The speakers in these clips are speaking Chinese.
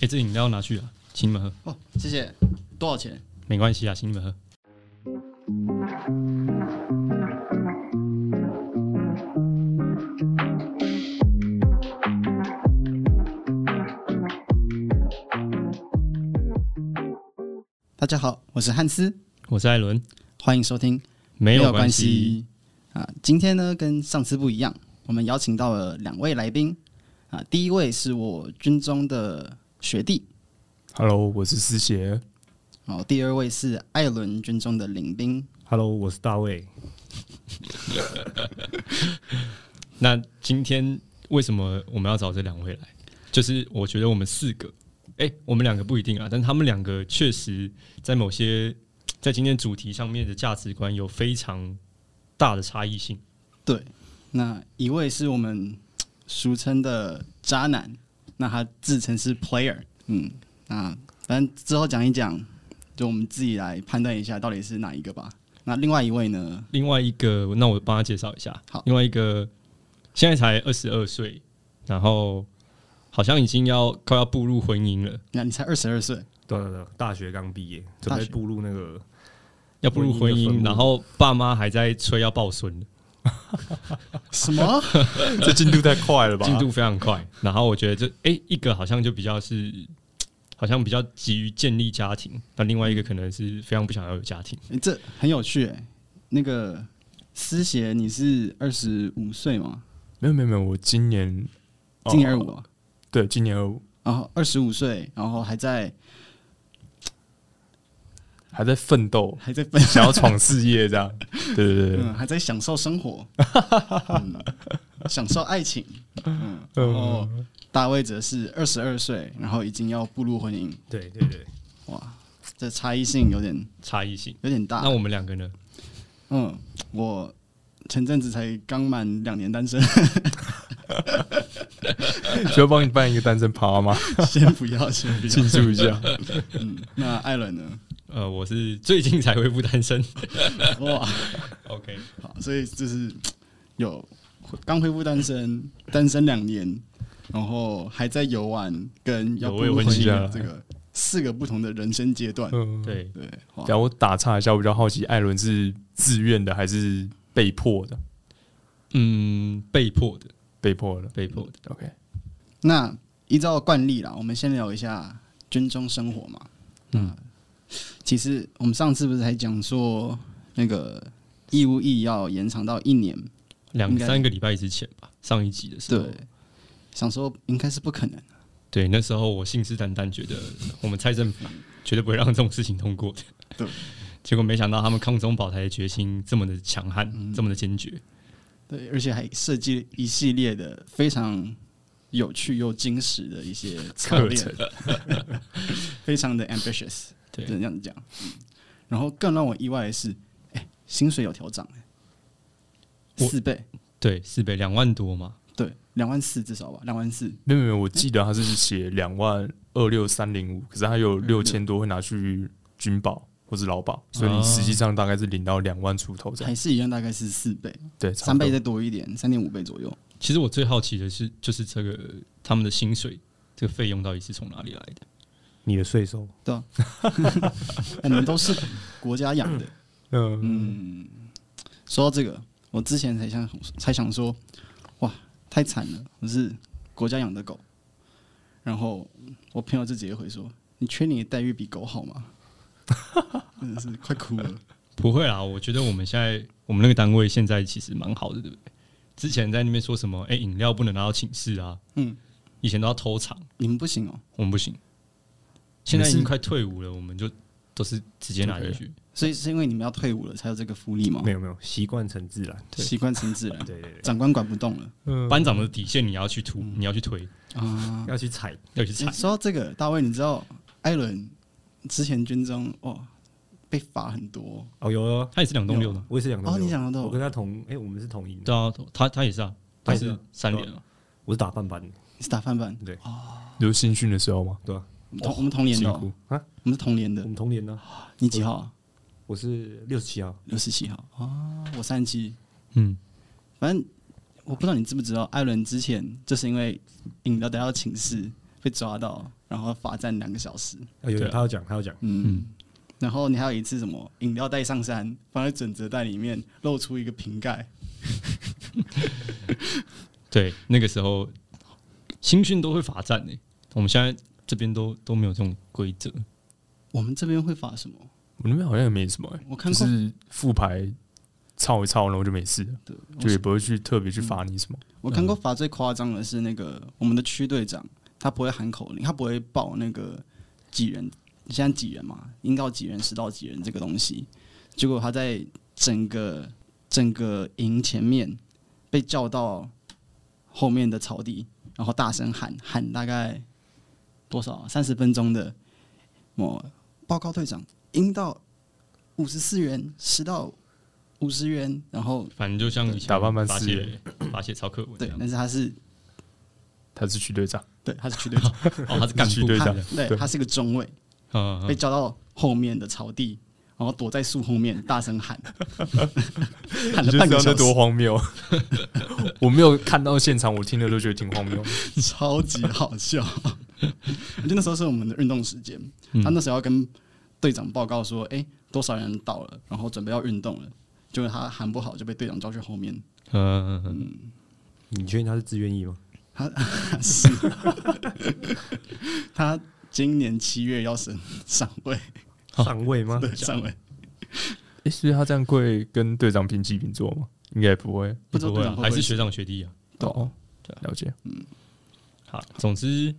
哎，这饮料拿去啊，请你们喝，哦，谢谢。多少钱？没关系啊，请你们喝。大家好，我是汉斯，我是艾伦，欢迎收听。没有关关系，啊。今天呢，跟上次不一样，我们邀请到了两位来宾啊。第一位是我军中的学弟， Hello，我是思杰。哦，第二位是艾伦军中的领兵。 Hello，我是大卫。那今天为什么我们要找这两位来？就是我觉得我们四个，哎、我们两个不一定啊，但他们两个确实在某些在今天主题上面的价值观有非常大的差异性。对，那一位是我们俗称的渣男，那他自称是 player，嗯，那反正之后讲一讲，就我们自己来判断一下到底是哪一个吧。那另外一位呢，另外一个，那我帮他介绍一下。好另外一个现在才二十二岁，然后好像已经要快要步入婚姻了，那你才二十二岁，对对对，大学刚毕业，大准备学步入那个要步入婚婚姻的坟姻，墓然后爸妈还在催要抱孙了，什么？ 这进度太快了吧进度非常 快。然后我觉得这诶、一个好像就比较是，好像比较急于建立家庭，那另外一个可能是非常不想要有家庭。欸这很有趣、欸。那个思贤，你是二十五岁吗？没有没有没有，我今年今年二哦五、啊，对，今年二五然后二十五岁，然后还在，还在奋斗还在分，想要闯事业 这样。对对对对嗯，还在享受生 活，嗯、享受爱情。嗯，然后大卫则是二十二岁，然后已经要步入婚姻，对对对，哇，这差异性有点差异性。有点那大。我们两个呢？嗯，我前阵子才刚满两年单身，需要帮你办一个单身 趴吗？先不要，先不庆要。祝一下。嗯，那艾伦呢？呃，我是最近才恢复单身。哇。 OK，好，所以就是有刚恢复单身，单身两年，然后还在游玩，跟要有步未入婚婚姻妻的啊这个四个不同的人生阶段。嗯，。对，对，哇然后我打岔一下，我比较好奇，艾伦是自愿的还是被迫的？嗯，被迫的，被迫的。被迫的。 OK，那依照惯例啦，我们先聊一下军中生活嘛。嗯，其实我们上次不是还讲说那个义务役要延长到一年，两应该三个礼拜之前吧，上一集的时候对，，想说应该是不可能。对，那时候我信誓旦旦觉得我们蔡政府绝对不会让这种事情通 过的。对，结果没想到他们抗中保台的决心这么的强悍，嗯这么的坚决。对，而且还设计一系列的非常有趣又精实的一些策课略程，非常的 ambitious，对只能这样讲。嗯然后更让我意外的是，哎，薪水有调涨，哎我四倍，对，四倍两万多嘛，对，两万四至少吧，两万四，没有没有，我记得他是写两万二六三零五，可是他有嗯六千多会拿去军保或者劳保，所以你实际上大概是领到两万出头这样还。是一样，大概是四倍，对，差三不多倍再多一点，三点五倍左右。其实我最好奇的是，就是这个他们的薪水这个费用到底是从哪里来的？你的税收。 我啊哎们都是国家养的，嗯，嗯，说到这个，我之前才想才想说，哇，太惨了，我是国家养的狗。然后我朋友就直接回说：“你缺你的待遇比狗好吗？” 真的是快哭了。不会啦，我觉得我们现在我们那个单位现在其实蛮好的，对不对？之前在那边说什么，哎、饮料不能拿到寝室啊，嗯，以前都要偷藏，你们不行哦，我们不行。现在已你经们是快退伍了，我们就都是直接拿进去。所以是因为你们要退伍了才有这个福利吗没？有没有，习惯成自然。对习惯成自然，对对对，长官管不动了班长的底线你要去突，你要去推，啊、要去踩，要去踩诶。说到这个，大卫，你知道艾伦之前军中哦被罚很多，哦有哦，他也是两栋六的，我也是两个哦都有你两个都有我跟他同，哎，我们是同营的，对啊，他他也是啊，他他也是啊是三连啊，我是打半班的，你是打翻版，有新训的时候吗？对吧？我们同我们同年辛的、苦哦，啊，我们是同年的我，们同年呢，你几号啊？我是六十七号，六十七号哦，我三十七。嗯，反正我不知道你知不知道，艾伦之前就是因为饮料带到寝室被抓到，然后罚站两个小时。啊有对啊他要讲，他要讲，嗯，然后你还有一次什么饮料袋上山，放在准则袋里面，露出一个瓶盖。对，那个时候新训都会罚站诶、我们现在这边都都没有这种规则。我们这边会罚什么？我那边好像也没什么、欸，我看就过，是复牌操一操，然后就没事了，对嗯就也不会去特别去罚你什么。我看过罚最夸张的是那个我们的区队长，他不会喊口令，他不会报那个几人，现在几人嘛，应到几人，实到几人这个东西。结果他在整个整个营前面被叫到后面的草地，然后大声喊喊大概多少三十分钟的，我报告队长，应到五十四元，实到五十元，然后反正就像以前打扮扮罚是写罚写抄课文这对，样， 但是他是他是区队长，对他是区队长。哦，他是干是部区队他长对对他是个中尉，啊，被叫到后面的草地，然后躲在树后面大声喊，喊你了半就知道个那小多时，荒谬。 我没有看到现场，我听了都觉得挺 荒谬。超级好笑。 就那时候是我们的运动时间，他那时候要跟队长报告说，哎、多少人到了，然后准备要运动了。结果他喊不好，就被队长叫去后面。嗯嗯嗯，你确定他是自愿意吗？是，他今年七月要升上位，上位吗？哦对上位，诶，所以他这样会跟队长平起平坐吗？应该也不会。不知道不会队啊长会还不会是学长学弟啊。对啊哦，了解。好，总之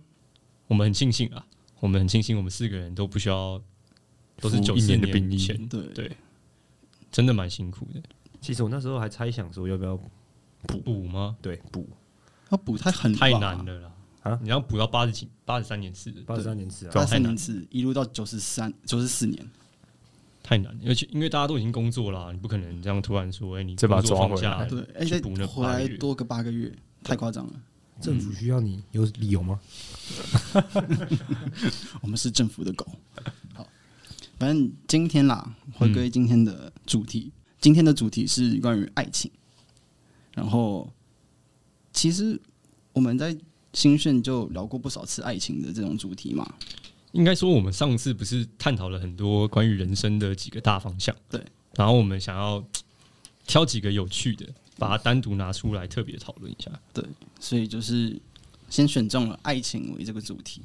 我们很庆幸啊，我们很庆幸我们四个人都不需要，都是服九一四年的兵役前，对对，真的蛮辛苦的。其实我那时候还猜想说要不要补吗？对补要补太狠了吧，太难了啦！啊你要补到八十几、八十三年次的，八十三年次啊，八太三难年次一路到九十三、九十四年，太难了，而且因为大家都已经工作啊啦，你不可能这样突然说，哎、你再把它工作抓放回下来对，而去且补那回八个来月多个八个月，太夸张了。政府需要你有理由吗？我们是政府的狗。好，反正今天啦，回归今天的主题，今天的主题是关于爱情。然后，其实我们在新训就聊过不少次爱情的这种主题嘛。应该说，我们上次不是探讨了很多关于人生的几个大方向，对。然后我们想要挑几个有趣的，把它单独拿出来特别讨论一下。所以就是先选中了爱情为这个主题。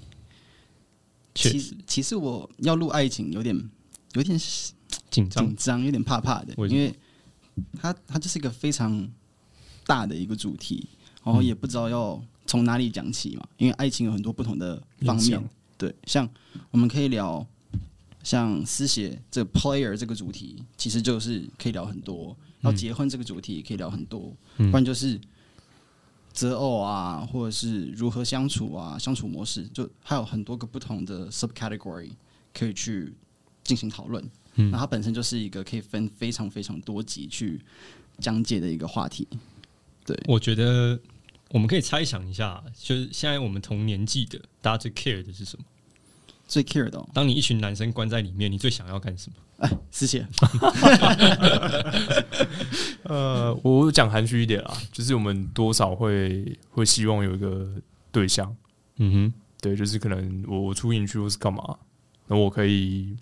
确其实，其实我要录爱情有点有点紧张紧，张，有点怕怕的，为什因么为它它就是一个非常大的一个主题，然后也不知道要从哪里讲起嘛，因为爱情有很多不同的方面面向，对，像我们可以聊像私写这个 player 这个主题，其实就是可以聊很多，然后结婚这个主题也可以聊很多，不然就是。择偶啊，或者是如何相处啊，相处模式，就还有很多个不同的 subcategory 可以去进行讨论。那它本身就是一个可以分非常非常多集去讲解的一个话题。我觉得我们可以猜想一下，就是现在我们同年纪的，大家最 care 的是什么？最 care 的、哦，当你一群男生关在里面，你最想要干什么？哎，思姐，呃，我讲含蓄一点啦，就是我们多少会会希望有一个对象，嗯对，就是可能我我出营区或是干嘛，那我可以，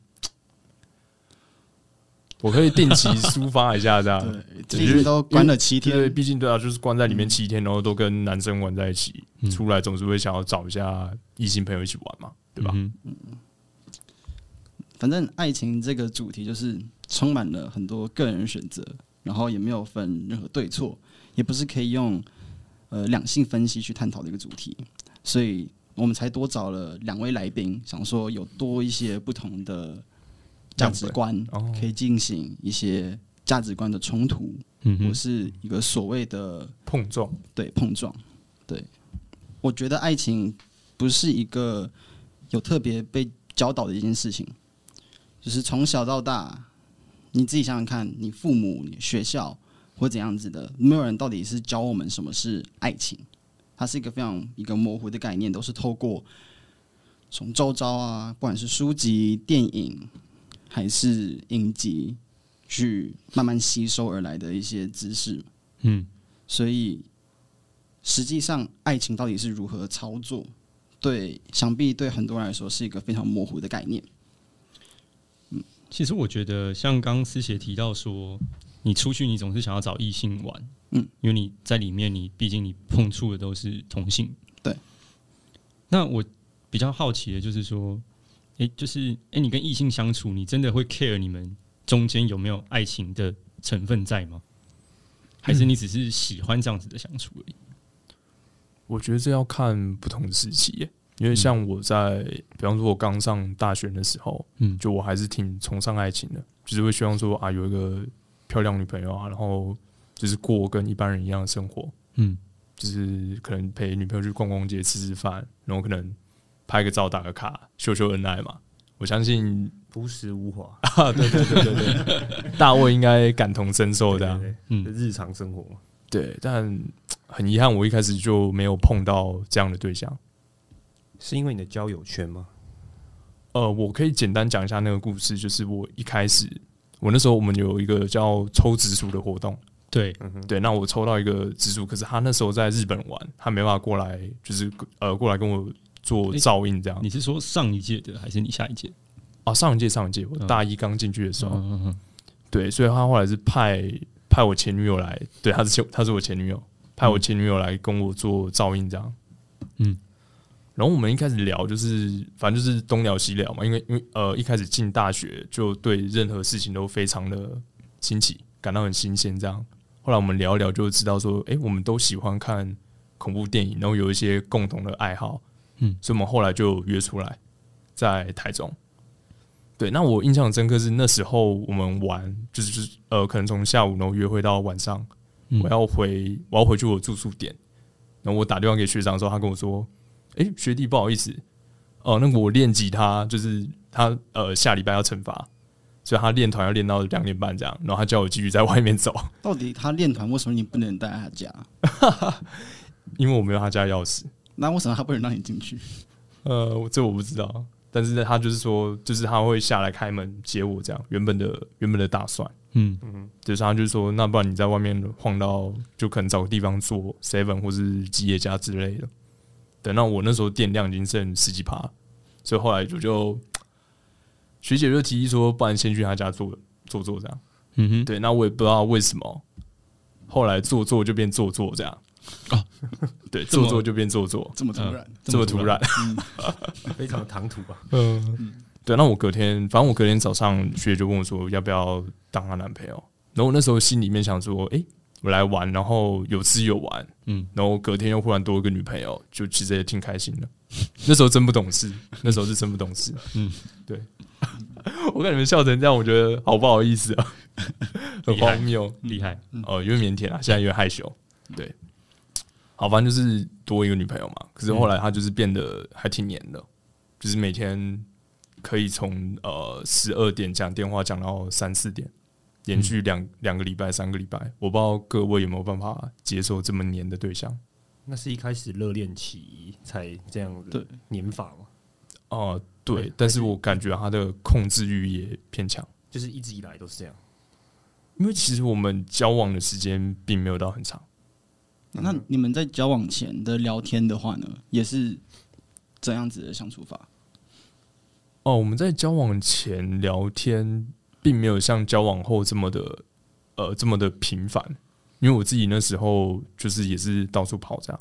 我可以定期抒发一下这样。 对，对最近都关了七对，天，嗯毕竟对啊，就是关在里面七天，然后都跟男生玩在一起，出来总是会想要找一下异性朋友一起玩嘛，对吧？嗯反正爱情这个主题就是充满了很多个人选择，然后也没有分任何对错，也不是可以用呃两性分析去探讨的一个主题，所以我们才多找了两位来宾，想说有多一些不同的价值观样本哦，可以进行一些价值观的冲突，嗯或哼，是一个所谓的碰撞，对碰撞。对，我觉得爱情不是一个有特别被教导的一件事情，就是从小到大，你自己想想看，你父母、你学校或怎样子的，没有人到底是教我们什么是爱情，它是一个非常一个模糊的概念，都是透过从周遭啊，不管是书籍、电影还是影集。去慢慢吸收而来的一些知识，嗯所以实际上爱情到底是如何操作，对想必对很多人来说是一个非常模糊的概念。其实我觉得，像刚思协提到说，你出去你总是想要找异性玩，嗯，因为你在里面你，毕竟你碰触的都是同性，对。那我比较好奇的就是说，诶、就是诶、你跟异性相处，你真的会 care 你们中间有没有爱情的成分在吗？还是你只是喜欢这样子的相处而已？我觉得这要看不同的时期耶，嗯因为像我在，比方说我刚上大学的时候，嗯，就我还是挺崇尚爱情的，就是会希望说啊，有一个漂亮女朋友啊，然后就是过跟一般人一样的生活，嗯，就是可能陪女朋友去逛逛街、吃吃饭，然后可能拍个照、打个卡、秀秀恩爱嘛。我相信朴实无华，啊，对对对对对，大卫应该感同身哦受的啊、对，嗯对日常生活嘛，对，但很遗憾，我一开始就没有碰到这样的对象。是因为你的交友圈吗？呃，我可以简单讲一下那个故事，就是我一开始，我那时候我们有一个叫抽紫薯的活动，对，对，那我抽到一个紫薯，可是他那时候在日本玩，他没办法过来，就是呃过来跟我做诶照应这样。你是说上一届的还是你下一届？啊，上一届上一届我嗯大一刚进去的时候，嗯嗯对，所以他后来是派派我前女友来，对，他是前他是我前女友，派我前女友来跟我做照应这样。嗯，然后我们一开始聊就是，反正就是东聊西聊嘛，因为因为呃一开始进大学就对任何事情都非常的新奇，感到很新鲜这样。后来我们聊一聊就知道说，诶，我们都喜欢看恐怖电影，然后有一些共同的爱好，嗯所以我们后来就约出来在台中。对，那我印象很深刻是那时候我们玩，就是就是呃，可能从下午然后约会到晚上，嗯我要回我要回去我住宿点，然后我打电话给学长的时候，他跟我说：“诶，学弟，不好意思，哦、那个我练吉他，就是他呃下礼拜要惩罚，所以他练团要练到两点半这样，然后他叫我继续在外面走， 到底他练团为什么你不能带他家？因为我没有他家钥匙。那为什么他不能让你进去？ 呃，我这我不知道，但是他就是说，就是他会下来开门接我这样，原本的原本的打算。”嗯就是他就说，那不然你在外面晃到，就可能找个地方做 seven 或是吉野家之类的。等到我那时候电量已经剩十几趴，所以后来我就学姐就提议说，不然先去他家做做做这样。嗯哼，对，那我也不知道为什么，后来做做就变做做这样。哦，对，这么做做就变做做，这么突然？这么突然。非常唐突吧？对，那我隔天，反正我隔天早上，学姐就问我说要不要当她男朋友。然后我那时候心里面想说，诶，我来玩，然后有吃有玩，嗯，然后隔天又忽然多一个女朋友，就其实也挺开心的。那时候真不懂事，那时候是真不懂事。嗯嗯， 对。我看你们笑成这样，我觉得好不好意思啊，很厉害 荒谬。厉害，哦，因为腼腆啊，现在因为害羞，对。好，反正就是多一个女朋友嘛。可是后来她就是变得还挺黏的，就是每天可以从呃十二点讲电话讲到三四点，连续两两、个礼拜、三个礼拜。我不知道各位有没有办法接受这么黏的对象那是一开始热恋期才这样对子年法嘛，哦、对，但是我感觉她的控制欲也偏强，就是一直以来都是这样。因为其实我们交往的时间并没有到很长。那你们在交往前的聊天的话呢，也是怎样子的相处法？哦，我们在交往前聊天，并没有像交往后这么的呃这么的频繁，因为我自己那时候就是也是到处跑这样。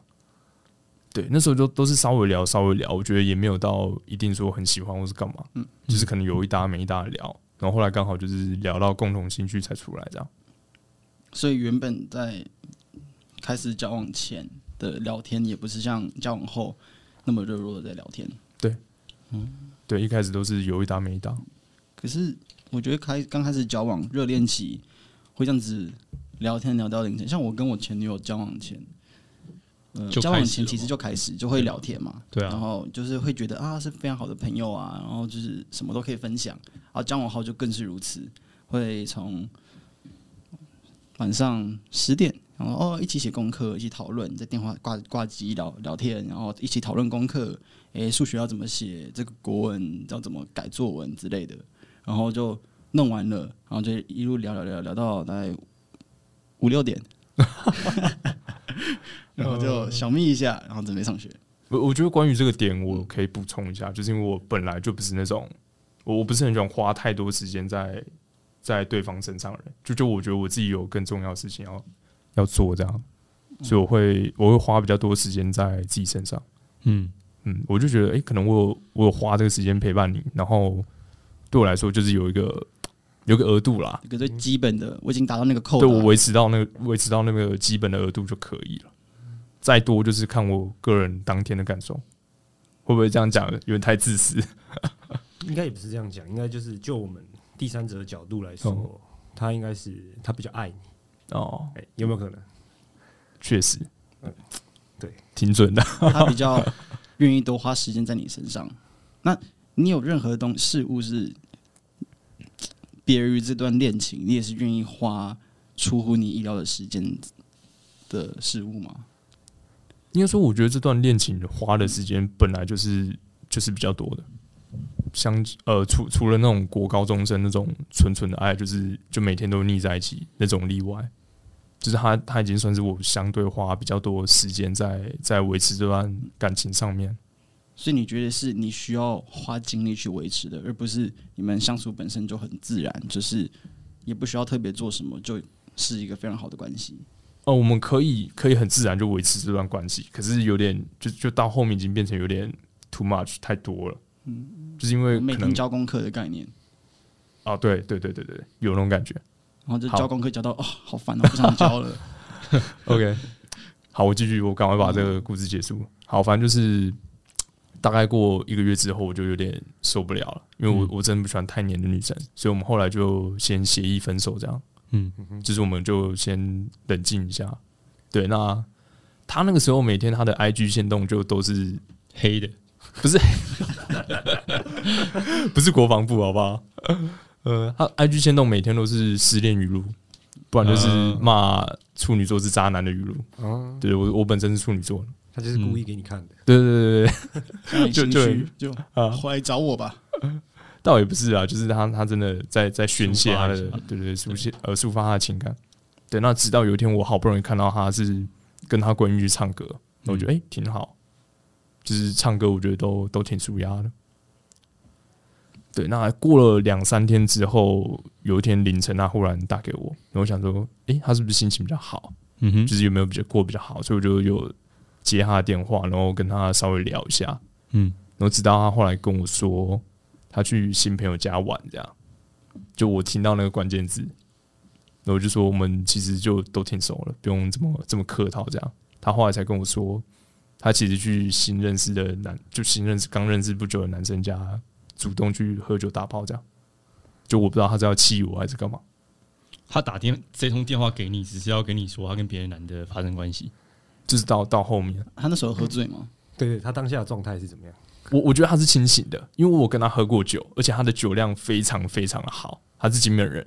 对，那时候都都是稍微聊稍微聊，我觉得也没有到一定说很喜欢或是干嘛，就是可能有一搭没一搭的聊，然后后来刚好就是聊到共同兴趣才出来这样。所以原本在开始交往前的聊天，也不是像交往后那么热络的在聊天。对，一开始都是有一搭没一搭，可是我觉得开刚开始交往热恋期会这样子聊天聊到凌晨，像我跟我前女友交往前，呃，就交开往始前了其实吗就开始就会聊天嘛，对啊然后就是会觉得啊是非常好的朋友啊，然后就是什么都可以分享，啊然后交往后就更是如此，会从晚上十点。然后哦，一起写功课，一起讨论，在电话挂挂机聊聊天，然后一起讨论功课，诶，数学要怎么写，这个国文要怎么改作文之类的，然后就弄完了，然后就一路聊聊聊聊到大概五六点，然后就小眯一下，然后准备上学。我我觉得关于这个点，我可以补充一下，就是因为我本来就不是那种，我我不是很喜欢花太多时间在在对方身上的人，就就我觉得我自己有更重要的事情要要做，这样，所以我会我会花比较多时间在自己身上。嗯，嗯，我就觉得，哎、可能我有我有花这个时间陪伴你，然后对我来说就是有一个有个额度啦，一个最基本的，我已经达到那个扣对打了。我维持到那个维持到那个基本的额度就可以了，再多就是看我个人当天的感受，会不会这样讲有点太自私？应该也不是这样讲，应该就是就我们第三者的角度来说，哦他应该是他比较爱你，哦，哎、有没有可能？确实，对，挺准的。他比较愿意多花时间在你身上。那你有任何东事物是别于这段恋情，你也是愿意花出乎你意料的时间的事物吗？应该说，我觉得这段恋情花的时间本来就是就是比较多的，相呃除除了那种国高中生那种纯纯的爱，就是就每天都腻在一起那种例外，就是他他已经算是我相对花比较多时间在在维持这段感情上面。所以你觉得是你需要花精力去维持的，而不是你们相处本身就很自然，就是也不需要特别做什么，就是一个非常好的关系。哦，我们可以可以很自然就维持这段关系，可是有点就就到后面已经变成有点 too much 太多了，嗯，就是因为每可能天交功课的概念，啊，对对对对对，有那种感觉。然后就好交功课交到哦，好烦哦，不想交了。 OK，好， 我继续，我赶快把这个故事结束。好，反正就是大概过一个月之后，我就有点受不了了，因为我、嗯我真的不喜欢太黏的女生，所以我们后来就先协议分手，这样，嗯，就是我们就先冷静一下。对，那他那个时候每天他的 IG 线动就都是黑的，不是 不是国防部，好不好？呃，他 IG 线动每天都是失恋语录，不然就是嗯骂处女座是渣男的语录。啊，对我我本身是处女座，他就是故意给你看的。对对对对，让你就心就虚就啊回来找我吧。倒也不是啊，就是他他真的在在宣泄他的抒发一下，对对对，抒泄呃抒发他的情感。对，那直到有一天我好不容易看到他是跟他闺蜜去唱歌，那我觉得诶挺好，就是唱歌我觉得都都挺舒压的。对，那过了两三天之后，有一天凌晨他忽然打给我，然后我想说，诶，他是不是心情比较好？嗯哼，就是有没有比较过得比较好？所以我就有接他的电话，然后跟他稍微聊一下。嗯然后直到他后来跟我说，他去新朋友家玩，这样，就我听到那个关键字，然后我就说我们其实就都挺熟了，不用这么这么客套这样。他后来才跟我说，他其实去新认识的男，就新认识刚认识不久的男生家，主动去喝酒打炮这样。就我不知道他是要气我还是干嘛，他打电这通电话给你，只是要跟你说他跟别的男的发生关 系。就是到到后面，他那时候喝醉吗？对对，他当下的状态是怎么样？我我觉得他是清醒的，因为我跟他喝过酒，而且他的酒量非常非常的好，他是金门人，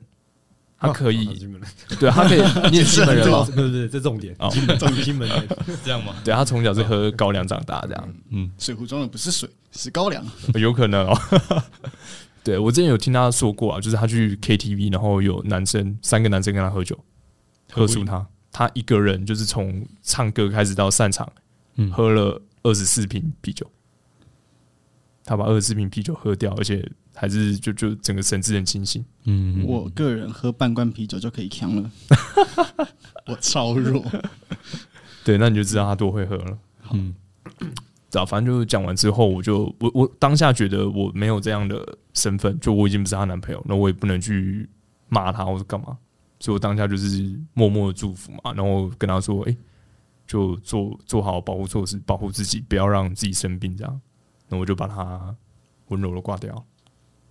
他可以哦，金门人 对他可以，你也是金门人吗对？对对， 这重点哦，金门金门 人，是这样吗？对他从小是喝高粱长大，这样、嗯水壶装的不是水，是高粱。嗯有可能哦。 对我之前有听他说过啊，就是他去 KTV，然后有男生三个男生跟他喝酒，喝喝不输赢他，他一个人就是从唱歌开始到散场，嗯，喝了二十四瓶啤酒，他把二十四瓶啤酒喝掉，而且还是就就整个神志很清醒。嗯，我个人喝半罐啤酒就可以扛了， 我超弱。对，那你就知道他多会喝了。嗯对啊，反正就是讲完之后，我就我我当下觉得我没有这样的身份，就我已经不是她男朋友，那我也不能去骂她或者干嘛，所以我当下就是默默的祝福嘛，然后跟她说，哎、就做做好保护措施，保护自己，不要让自己生病这样。那我就把她温柔的挂掉。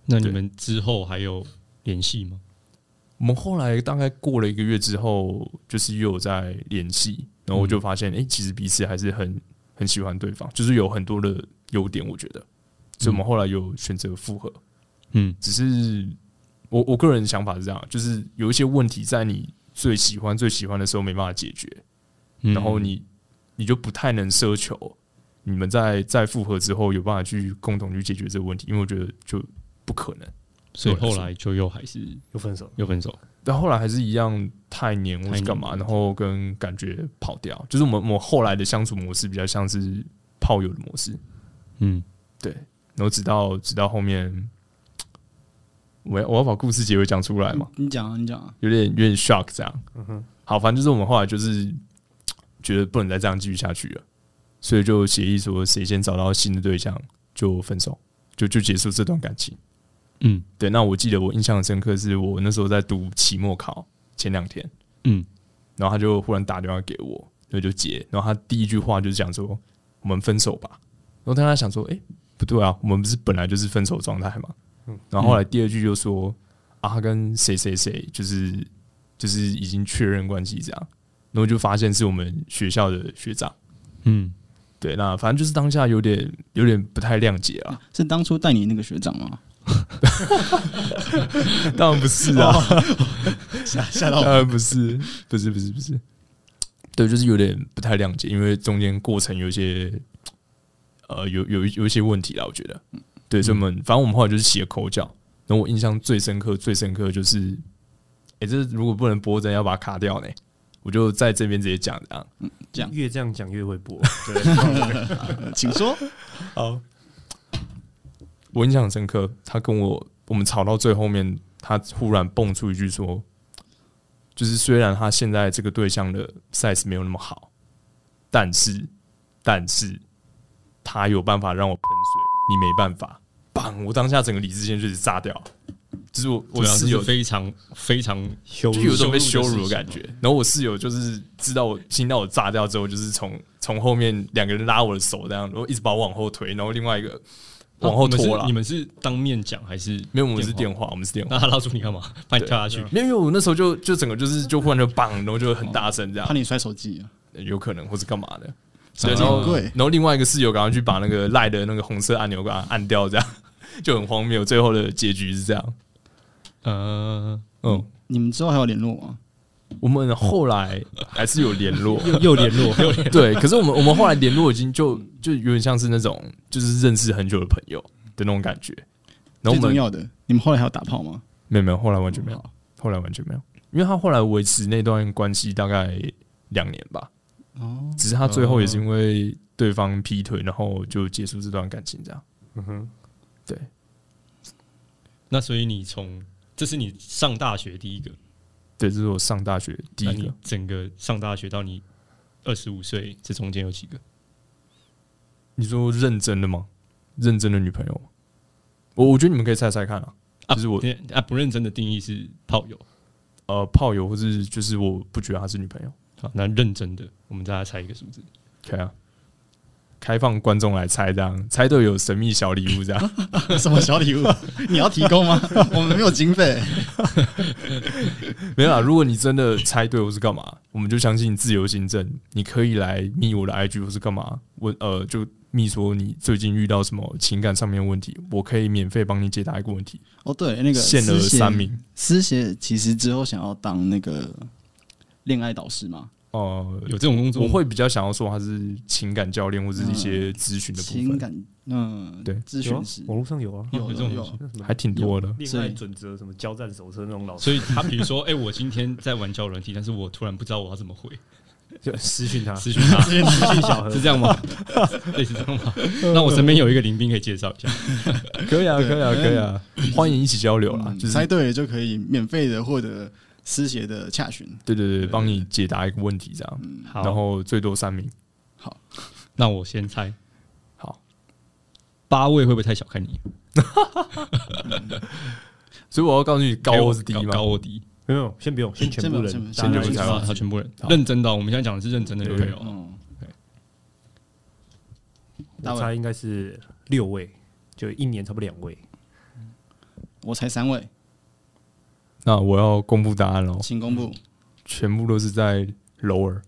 那你们之后还有联系吗？我们后来大概过了一个月之后，就是又有在联系，然后我就发现，哎、其实彼此还是很很喜欢对方，就是有很多的优点，我觉得，所以我们后来有选择复合。嗯只是我我个人想法是这样，就是有一些问题在你最喜欢最喜欢的时候没办法解决，嗯然后你你就不太能奢求你们在在复合之后有办法去共同去解决这个问题，因为我觉得就不可能。所以后来就又还是又分手了。又分手。但后来还是一样太黏或是干嘛，太黏然后跟感觉跑掉。就是我们我们后来的相处模式比较像是炮友的模式，嗯，对，然后直到直到后面，我要我要把故事结尾讲出来嘛，你讲啊，你讲啊，有点有点 shock 这样。嗯哼，好，反正就是我们后来就是觉得不能再这样继续下去了，所以就协议说谁先找到新的对象就分手，就就结束这段感情。嗯对，那我记得我印象很深刻，是我那时候在读期末考前两天，嗯，然后他就忽然打电话给我，所以就接，然后他第一句话就是讲说我们分手吧，然后当时他想说，诶，不对啊，我们不是本来就是分手状态嘛，然后后来第二句就说啊，他跟谁谁谁就是就是已经确认关系这样，然后就发现是我们学校的学长，嗯，对，那反正就是当下有点有点不太谅解啊，是当初带你那个学长吗？ 当然不是啊。哦吓吓到我，呃，不是，不是，不是，不是，对，就是有点不太谅解，因为中间过程有一些，呃，有有一有一些问题啦，我觉得，对，所以我们反正我们后来就是起了口角，然后我印象最深刻、最深刻就是，哎、这如果不能播，真的要把它卡掉呢，我就在这边直接讲这样，这样越这样讲越 会播，对，啊呃请 说。好，我印象很深刻，他跟我我们吵到最后面，他忽然蹦出一句说，就是虽然他现在这个对象的 size 没有那么好，但是但是他有办法让我喷水，你没办法。棒！我当下整个理智线就是炸掉，就是我我对啊，这室是友非常非常羞就有辱一种被羞羞辱辱的的事感觉。然后我室友就是知道我听到我炸掉之后，就是从从后面两个人拉我的手这样，然后一直把我往后推，然后另外一个往后拖了啊哦你。们是你们是当面讲还是没有，我们是电话，我们是电话。那他拉住你干嘛？把你对跳下去？没有，因为我那时候就就整个就是就忽然就棒，然后就很大声这怕样，你摔手机啊，有可能或是干嘛的。手对，机然很后贵然，后另外一个室友赶快去把那个赖的那个红色按钮给它按掉，这样就很荒谬。最后的结局是这样。呃，嗯，你们之后还有联络吗？我们后来还是有联络， 又联络，又联 对，可是我们我们后来联络已经就就有点像是那种就是认识很久的朋友的那种感觉。最然后我重们要的，你们后来还有打炮吗？没有没有，后来完全没有，后来完全没有，因为他后来维持那段关系大概两年吧，哦，只是他最后也是因为对方劈腿，然后就结束这段感情这样。嗯哼，对，那所以你从这是你上大学第一个，对，这是我上大学第那一你个，整个上大学到你二十五岁，这中间有几个？你说认真的吗？认真的女朋友吗？我我觉得你们可以猜猜看啊，就是我对啊，不认真的定义是炮友，呃炮友，或是就是我不觉得她是女朋友，好，那认真的，我们大家猜一个数字，可以啊。开放观众来猜，这样猜对有神秘小礼物，这样 什么小礼物？ 你要提供 吗？我们没有经费。 没有啦。啊如果你真的猜对或是干嘛，我们就相信自由行政，你可以来密我的 IG 或是干嘛，我呃就密说你最近遇到什么情感上面的问题，我可以免费帮你解答一个问题。哦，对，那个限额思贤三名。师姐其实之后想要当那个恋爱导师嘛，哦、有这种工作我吗会比较想要说他是情感教练或者是一些咨询的部情分，感嗯，对咨有啊询师，网络上有啊，有这种东西有那什么还挺多的。恋所爱以准则什么交战手册那种老师， 所以他比如说，哎、我今天在玩交友软体，但是我突然不知道我要怎么回，就私讯他，私讯他，啊私讯小何 是，这样吗？类似这样吗？那我身边有一个林斌可以介绍一下，可以啊，对可以啊，嗯可以啊，欢迎一起交流啦。嗯啊就是猜对了就可以免费的获得师姐的洽询。对对对，帮你解答一个问题这样，嗯然好，后最多三名。那我先猜好，八位会不会太小看你？所以我要告诉你，高给或我是低吗哎高？或低？没有，先不用，先全部人先不用，大家先不用一先起不用啊，他全部人好认真的哦，我们现在讲的是认真的女朋哦友，嗯，大我卫猜应该是六位，就一年差不多两位，我才三位，那我要公布答案喽，请公嗯布全部都是在 lower，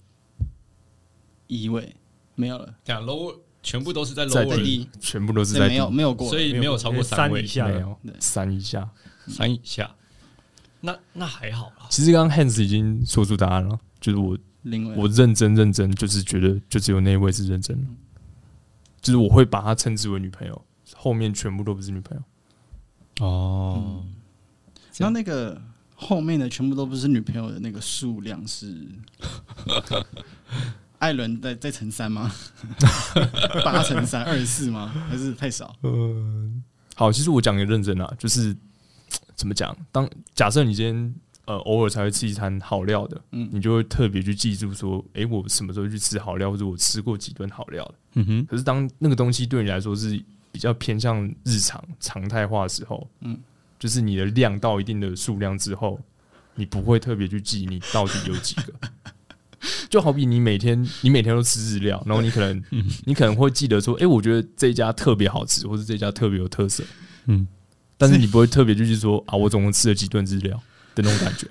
一位，没有了，讲 low 啊全部都是在在 low 再对人，低，全部都是对，在没有低，没有过了，所以没有超过三位以，下没的，有对三以下。三以下，那那还好哦啦。其实刚刚 Hans 已经说出答案了，就是我另外我认真认真，就是觉得就只有那一位是认真的，嗯就是我会把她称之为女朋友，后面全部都不是女朋友。哦，然后那个后面的全部都不是女朋友的那个数量是 艾伦在在乘三吗？ 八乘三，二十四吗？还是太少？嗯，好，其实我讲也认真啊，就是怎么讲？当假设你今天呃偶尔才会吃一餐好料的，嗯你就会特别去记住说，诶、我什么时候去吃好料，或者我吃过几顿好料的。嗯哼，可是当那个东西对你来说是比较偏向日常常态化的时候，嗯嗯，就是你的量到一定的数量之后，你不会特别去记你到底有几个。 就好比你每天你每天都吃日料，然后你可能你可能会记得说，诶，我觉得这一家特别好吃，或者这家特别有特色，嗯，但是你不会特别就是说啊，我总共吃了几顿日料的那种感觉。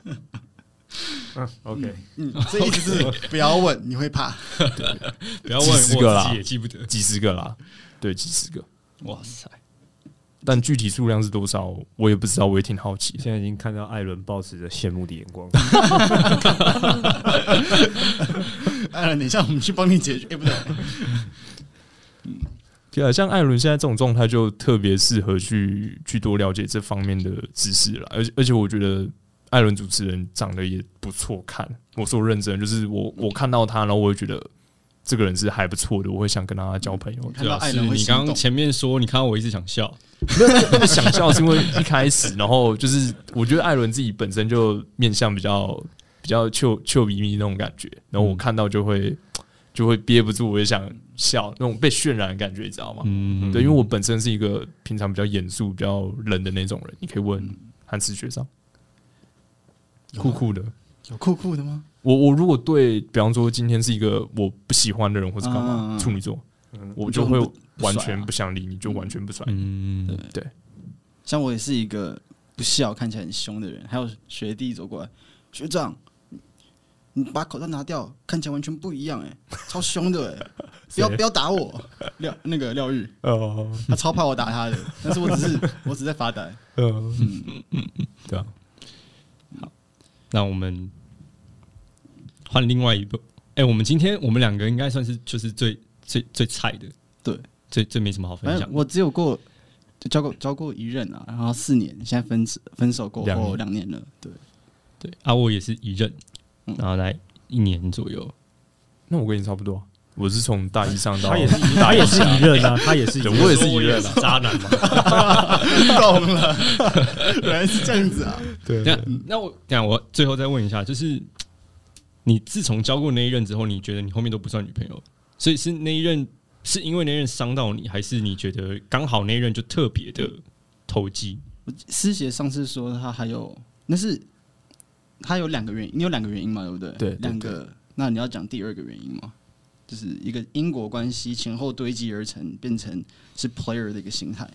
嗯，OK， 嗯，这意思是不要问，你会怕。不要问几十个我啦自己也记不得。几十个啦，对，几十个。哇塞，但具体数量是多少，我也不知道，我也挺好奇的。现在已经看到艾伦抱持着羡慕的眼光。艾伦，等一下我们去帮你解决。哎、不对，对啊，像艾伦现在这种状态，就特别适合去去多了解这方面的知识了。而且而且，我觉得艾伦主持人长得也不错看。我说认真，就是我我看到他，然后我会觉得这个人是还不错的，我会想跟他交朋友。啊看到艾啊是伦会你心刚动刚。前面说，你看到我一直想笑，那个想笑是因为一开始，然后就是我觉得艾伦自己本身就面相比较比较臭臭咪咪那种感觉，然后我看到就会就会憋不住，我也想笑，那种被渲染的感觉，你知道吗？嗯，对，因为我本身是一个平常比较严肃、比较冷的那种人，你可以问韩思学长，酷酷的。有酷酷的吗？我我如果对，比方说今天是一个我不喜欢的人或是干嗯嗯嘛，嗯处女座嗯，我就会你就很不完甩全啊不想理你，就完全不甩。嗯，像我也是一个不笑、看起来很凶的人。还有学弟走过来，学长，你你把口罩拿掉，看起来完全不一样、哎，超凶的、哎，不要不要打我，廖那个廖玉，哦，他超怕我打他的，但是我只是我只是在发呆。呃，对啊，那我们换另外一个。哎、我们今天我们两个应该算是就是最最最菜的，对，最最没什么好分反享正。我只有过就交过交过一任啊，然后四年，现在分分手过两后年两年了，对，对，啊，我也是一任，嗯然后来一年左右。那我跟你差不多，啊我是从大一上到 他也是，他也是一 任啊，他也是一任，对我也是一任啊，渣男嘛。懂了， 原来是这样子啊，对那嗯那我等一下我最后再问一下，就是你自从交过那一任之后，你觉得你后面都不算女朋友，所以是那一任是因为那一任伤到你，还是你觉得刚好那一任就特别的投机？师姐上次说她还有，那是她有两个原因，你有两个原因嘛，对不对？对对两个。那你要讲第二个原因吗？就是一个因果关系前后堆积而成，变成是 player 的一个心态。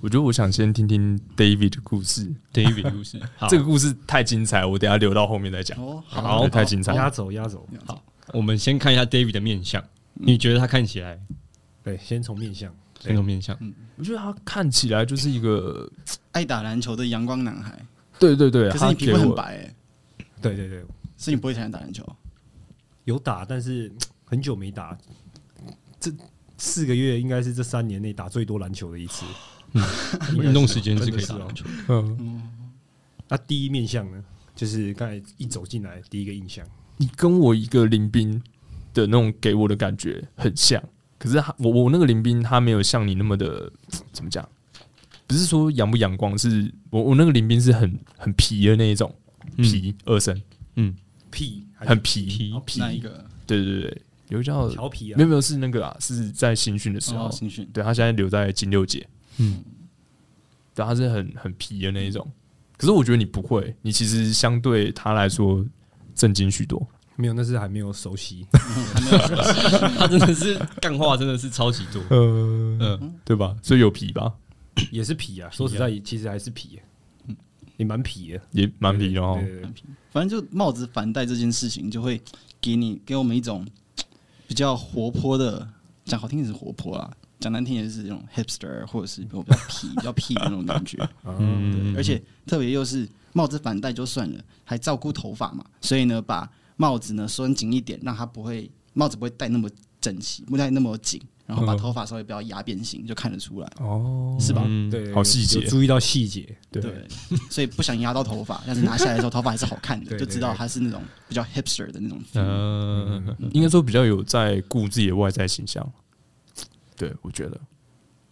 我觉得我想先听听 David 的故事， David 的故事，好，这个故事太精彩，我等一下留到后面再讲。哦，好太精彩压轴压轴。好，我们先看一下 David 的面相，嗯你觉得他看起来对，先从面相，那种面相？嗯我觉得他看起来就是一个，爱打篮球的阳光男孩，对对对，可是他你皮给肤很我白、欸，对对对，所以你不会想打篮球。有打，但是嗯很久没打，这四个月应该是这三年内打最多篮球的一次。应该 是运动时间是真可的以是打哦篮球的。嗯，那第一面相呢，就是刚才一走进来第一个印象，你跟我一个林斌的那种给我的感觉很像，可是他我我那个林斌他没有像你那么的怎么讲，不是说阳不阳光，是我我那个林斌是很很皮的那一种皮二声，屁还是很皮皮皮那一个对对对，有一个叫调皮啊没有，没有是那个啊，是在新训的时候哦，，新训对他现在留在金六姐，嗯嗯，对，他是很很皮的那一种。可是我觉得你不会，你其实相对他来说震惊许多。没有，那是还没有熟 悉。他真的是干话，真的是超级多。呃，嗯，对吧？所以有皮吧，也是皮啊，嗯说实在，其实还是皮、也蛮皮的，也蛮皮的哦对。对对反正就帽子反戴这件事情，就会给你给我们一种比较活泼的，讲好听也是活泼啊，讲难听也是这种 hipster 或者是比较痞、比较痞的那种感 觉。啊，嗯对，而且特别又是帽子反戴就算了，还照顾头发嘛，所以呢，把帽子呢拴紧一点，让它不会帽子不会戴那么整齐，不戴那么紧，然嗯后把头发稍微不要压变形，就看得出来，哦，是吧？嗯，对，好细节有注意到细节，对对，所以不想压到头发，但是拿下来的时候头发还是好看的， 对就对知道它是那种比较 hipster 的那种 feel。嗯，应该说比较有在顾自己的外在形象。对，我觉得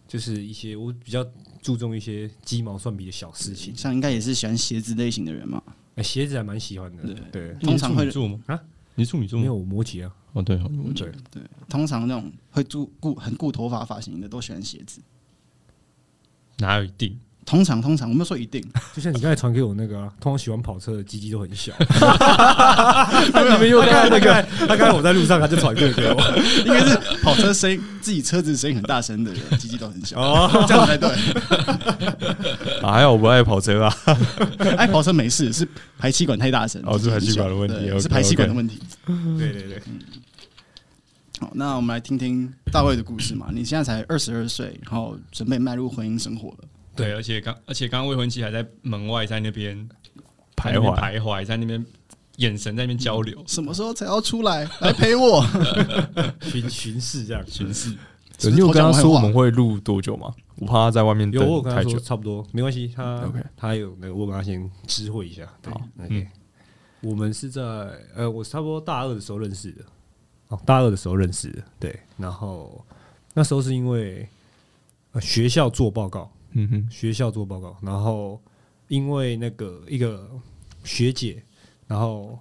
就是一些我比较注重一些鸡毛蒜皮的小事情。像应该也是喜欢鞋子类型的人嘛，哎，鞋子还蛮喜欢的，对，你通是常处会女座吗？啊啊，你是处女座没吗？有嗯摩羯啊，哦，对，哦对，通常那种会注顾很顾头发发型的都喜欢鞋子。哪有一定？通常通常我没有说一 定，就像你刚才传给我那个啊，通常喜欢跑车的鸡鸡都很 小。 你们又看那个，他刚才我在路上，他就传这个给我。 应该是跑车声音自己车子声音很大声的 人，鸡鸡都很小，哦这样才对。啊还好我不爱跑 车啊。爱哎跑车没事，是排气管太大声。哦是排气管的问题对 OK，是排气管的问题。嗯对对对，好，那我们来听听大卫的故事嘛。你现在才二十二岁，然后准备迈入婚姻生活了。对，而且刚而且刚刚未婚妻还在门外，在那边在徘徊那边徘徊在那边眼神在那边交流嗯什么时候才要出来来陪我？ 巡巡视这样。巡视。是不是你有跟他偷讲说我我坏话们会录多久吗？我怕他在外面有我有等嗯跟太他久说。差不多，没关系。他 OK 他有那个，我跟他先知会一下。对好，嗯，我们是在呃，我差不多大二的时候认识的。哦，大二的时候认识的。对，然后那时候是因为、呃、学校做报告，嗯哼，学校做报告，然后因为那个一个学姐，然后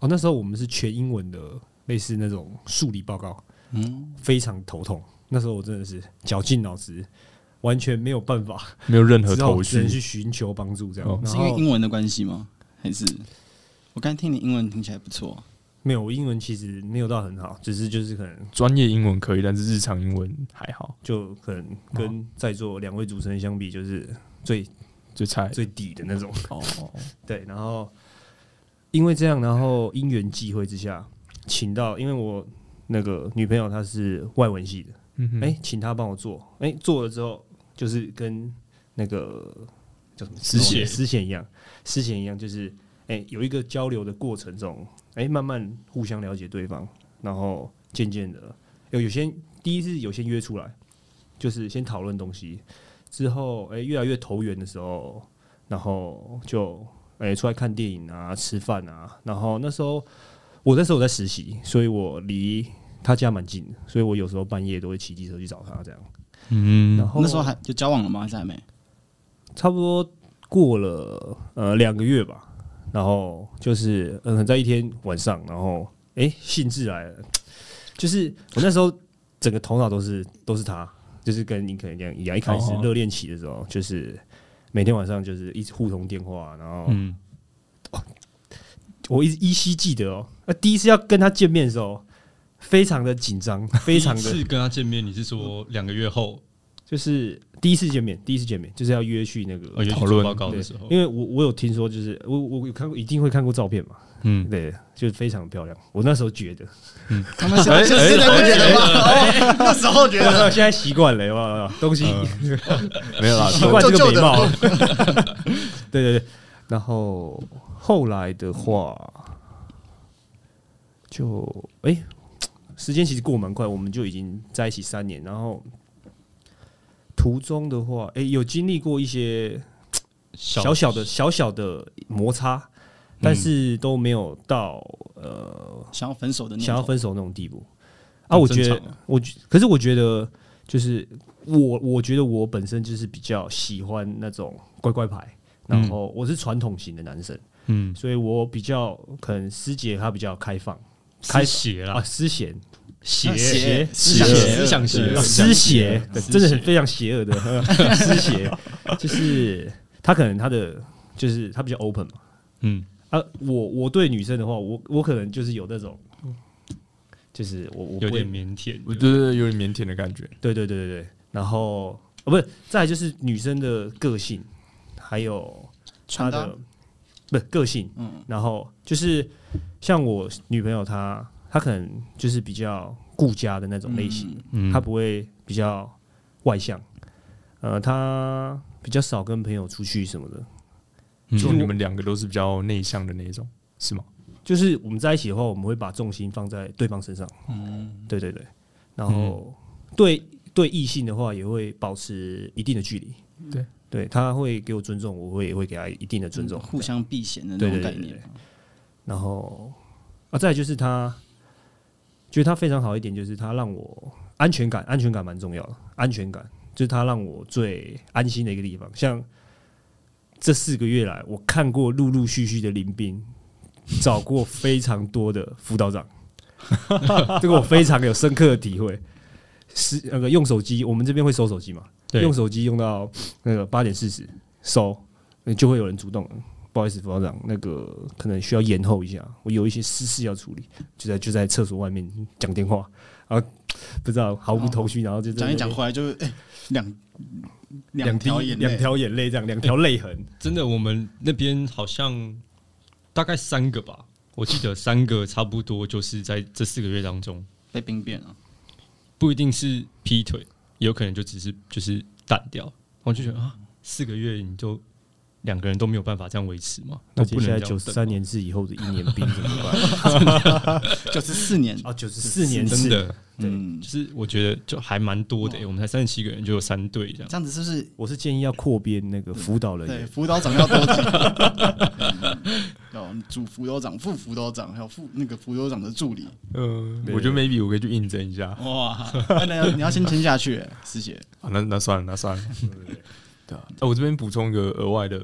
哦那时候我们是全英文的，类似那种数理报告，嗯，非常头痛。那时候我真的是绞尽脑汁，完全没有办法，没有任何只好头只绪能。去寻求帮助这样哦。然是因为后英文的关系吗？还是我刚才听你英文听起来不错，没有，我英文其实没有到很好，只是就是可能专业英文可以，但是日常英文还好，就可能跟在座两位主持人相比，就是最就菜。最底的那种。哦， 对，然后因为这样，然后因缘际会之下，请到因为我那个女朋友她是外文系的，嗯哼，哎、请她帮我做，哎、做了之后就是跟那个叫什么师姐师姐一样，师姐一样，就是哎、有一个交流的过程中，哎、慢慢互相了解对方，然后渐渐的有有些第一是有些约出来，就是先讨论东西，之后哎、越来越投缘的时候，然后就哎、出来看电影啊，吃饭啊，然后那时候我那时候我在实习，所以我离他家蛮近的，所以我有时候半夜都会骑机车去找他这样。嗯然后那时候还就交往了吗？还是还没？差不多过了呃两个月吧，然后就是嗯、呃在一天晚上，然后哎、兴致来了，就是我那时候整个头脑都是都是他，就是跟你可能这样一样，一开始哦热恋期的时候，就是每天晚上就是一直互通电话，然后哦嗯，我一直依稀记得哦，那第一次要跟他见面的时候，非常的紧张，非常第一的嗯次跟他见面，你是说两个月后就是第一次见面，第一次见面就是要约去那呃个有去讨做论报告的对时候？因为我我有听说，就是我我有看过，一定会看过照片嘛，嗯，对，就是非常漂亮。我那时候觉得，他们现在现在不觉得吗？哦 那时候觉得现在习惯了，有没有有没有东西 没有啦，习惯这个旧旧美的貌。 对对对，然后后来的话，就哎、时间其实过蛮快，我们就已经在一起三年。然后途中的话，哎、有经历过一些小啊小的小小的摩擦，嗯但是都没有到呃想要分手的念头想要分手那种地步啊。很我觉正得常啊，我觉可是我觉得，就是我我觉得我本身就是比较喜欢那种乖乖牌，然后我是传统型的男生，嗯，所以我比较可能师姐她比较开放开邪啊，啦，师贤邪邪思想邪邪思想邪，对师邪，对思真的很邪非常邪恶的 师邪，就是他可能他的就是他比较 open 嘛。嗯，啊，我我对女生的话，我我可能就是有那种，就是我我不有会点腼腆。我觉得有点腼腆的感觉。对对对对对，然后哦不是，再来就是女生的个性，还有她穿搭的不是个性，嗯然后就是像我女朋友她，她可能就是比较顾家的那种类型，嗯她不会比较外向，呃，她比较少跟朋友出去什么的，就你们两个都是比较内向的那一种，是吗？就是嗯我们在一起的话，我们会把重心放在对方身上。对对对，然后对对异性的话，也会保持一定的距离。对，对他会给我尊重，我会也会给他一定的尊重，嗯互相避嫌的对那对种对概对念对。然后啊，再来就是他，觉得他非常好一点，就是他让我安全感，安全感蛮重要的，安全感就是他让我最安心的一个地方。像这四个月来，我看过陆陆续续的林兵，找过非常多的辅导长， 这个我非常有深刻的体会。是那个用手机，我们这边会收手机嘛？对用手机用到那个八点四十收，就会有人主动不好意思，副校长，那个可能需要延后一下，我有一些私事要处理，就在就在厕所外面讲电话，然后不知道毫无头绪，然后就在讲一讲那回来就哎两边两条滴眼两泪，条眼泪这样，两条泪 痕，真的，我们那边好像大概三个吧，我记得三个差不多就是在这四个月当中，被兵变了。不一定是劈腿，也有可能就只是就是淡掉。我就觉得啊，四个月你就两个人都没有办法这样维持嘛，那那接不下能来这九样十等三嘛年制以后的一年兵怎 么办？九十四年，啊，九十四年真制，的嗯就，是我觉得就还蛮多的、我们才三十七个人就有三对这样这。样子是不是？我是建议要扩编那个辅导人对，员，辅导长 要多讲。哦，主辅导长、副辅导长，还有副那个辅导长的助理。呃嗯，我觉得 maybe 我可以去应征一下。啊，哇，那要你要先签下去，哎师姐。那那算了，那算了。对啊，那我这边补充一个额外的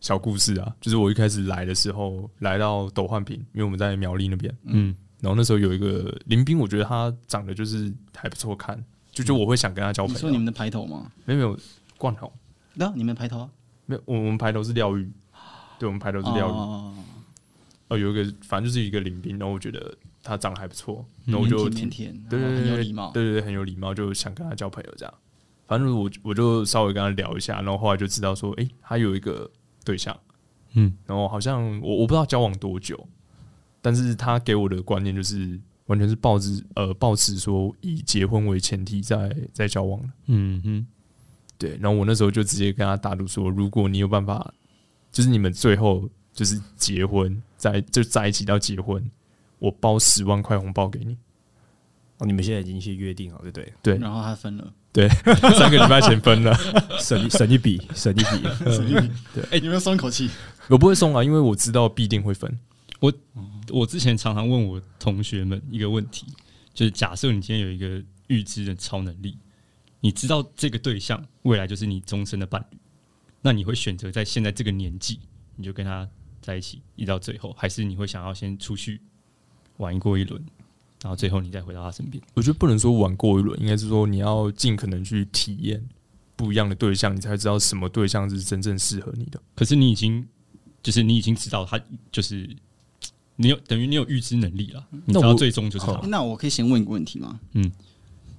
小故事啊，就是我一开始来的时候，来到斗焕平，因为我们在苗栗那边，嗯，然后那时候有一个林斌，我觉得他长得就是还不错看，就就我会想跟他交你朋说友。啊你们的排头吗？没有没有冠宏，那你们的排头啊？没有，我们排头是廖玉，对，我们排头是廖玉。哦，哦，有一个反正就是一个林兵，然后我觉得他长得还不错，嗯然后我就腼挺腆腆，对然对后对很有对礼貌。对对对很有礼貌，就想跟他交朋友这样。反正我我就稍微跟他聊一下，然后后来就知道说，诶，他有一个对象，嗯，然后好像我我不知道交往多久，但是他给我的观念就是完全是抱着呃抱持说以结婚为前提在在交往的嗯嗯，对，然后我那时候就直接跟他打赌说，如果你有办法，就是你们最后就是结婚，在就在一起到结婚，我包十万块红包给你。哦，你们现在已经先约定好，对不对？ 对，然后他分了，三个礼拜前分了， 省一省一笔，省一笔， 哎，有没有松一口气？我不会送啊，因为我知道必定会分。我之前常常问我同学们一个问题，就是假设你今天有一个预知的超能力，你知道这个对象未来就是你终身的伴侣，那你会选择在现在这个年纪你就跟他在一起一到最后，还是你会想要先出去玩过一轮，然后最后你再回到他身边？我觉得不能说玩过一轮，应该是说你要尽可能去体验不一样的对象，你才知道什么对象是真正适合你的。可是你已经就是你已经知道他就是你有等于你有预知能力了，你知那道我最终就是他好。那我可以先问一个问题吗？嗯，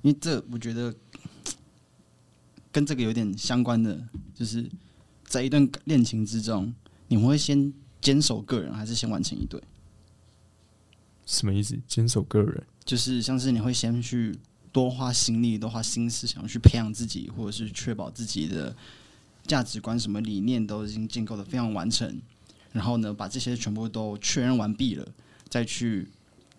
因为这我觉得跟这个有点相关的，就是在一段恋情之中，你会先坚守个人，还是先完成一对？什么意思？坚守个人。就是像是你会先去多花心力、多花心思，想要去培养自己，或者是确保自己的价值观、什么理念都已经建构的非常完成，然后呢，把这些全部都确认完毕了，再去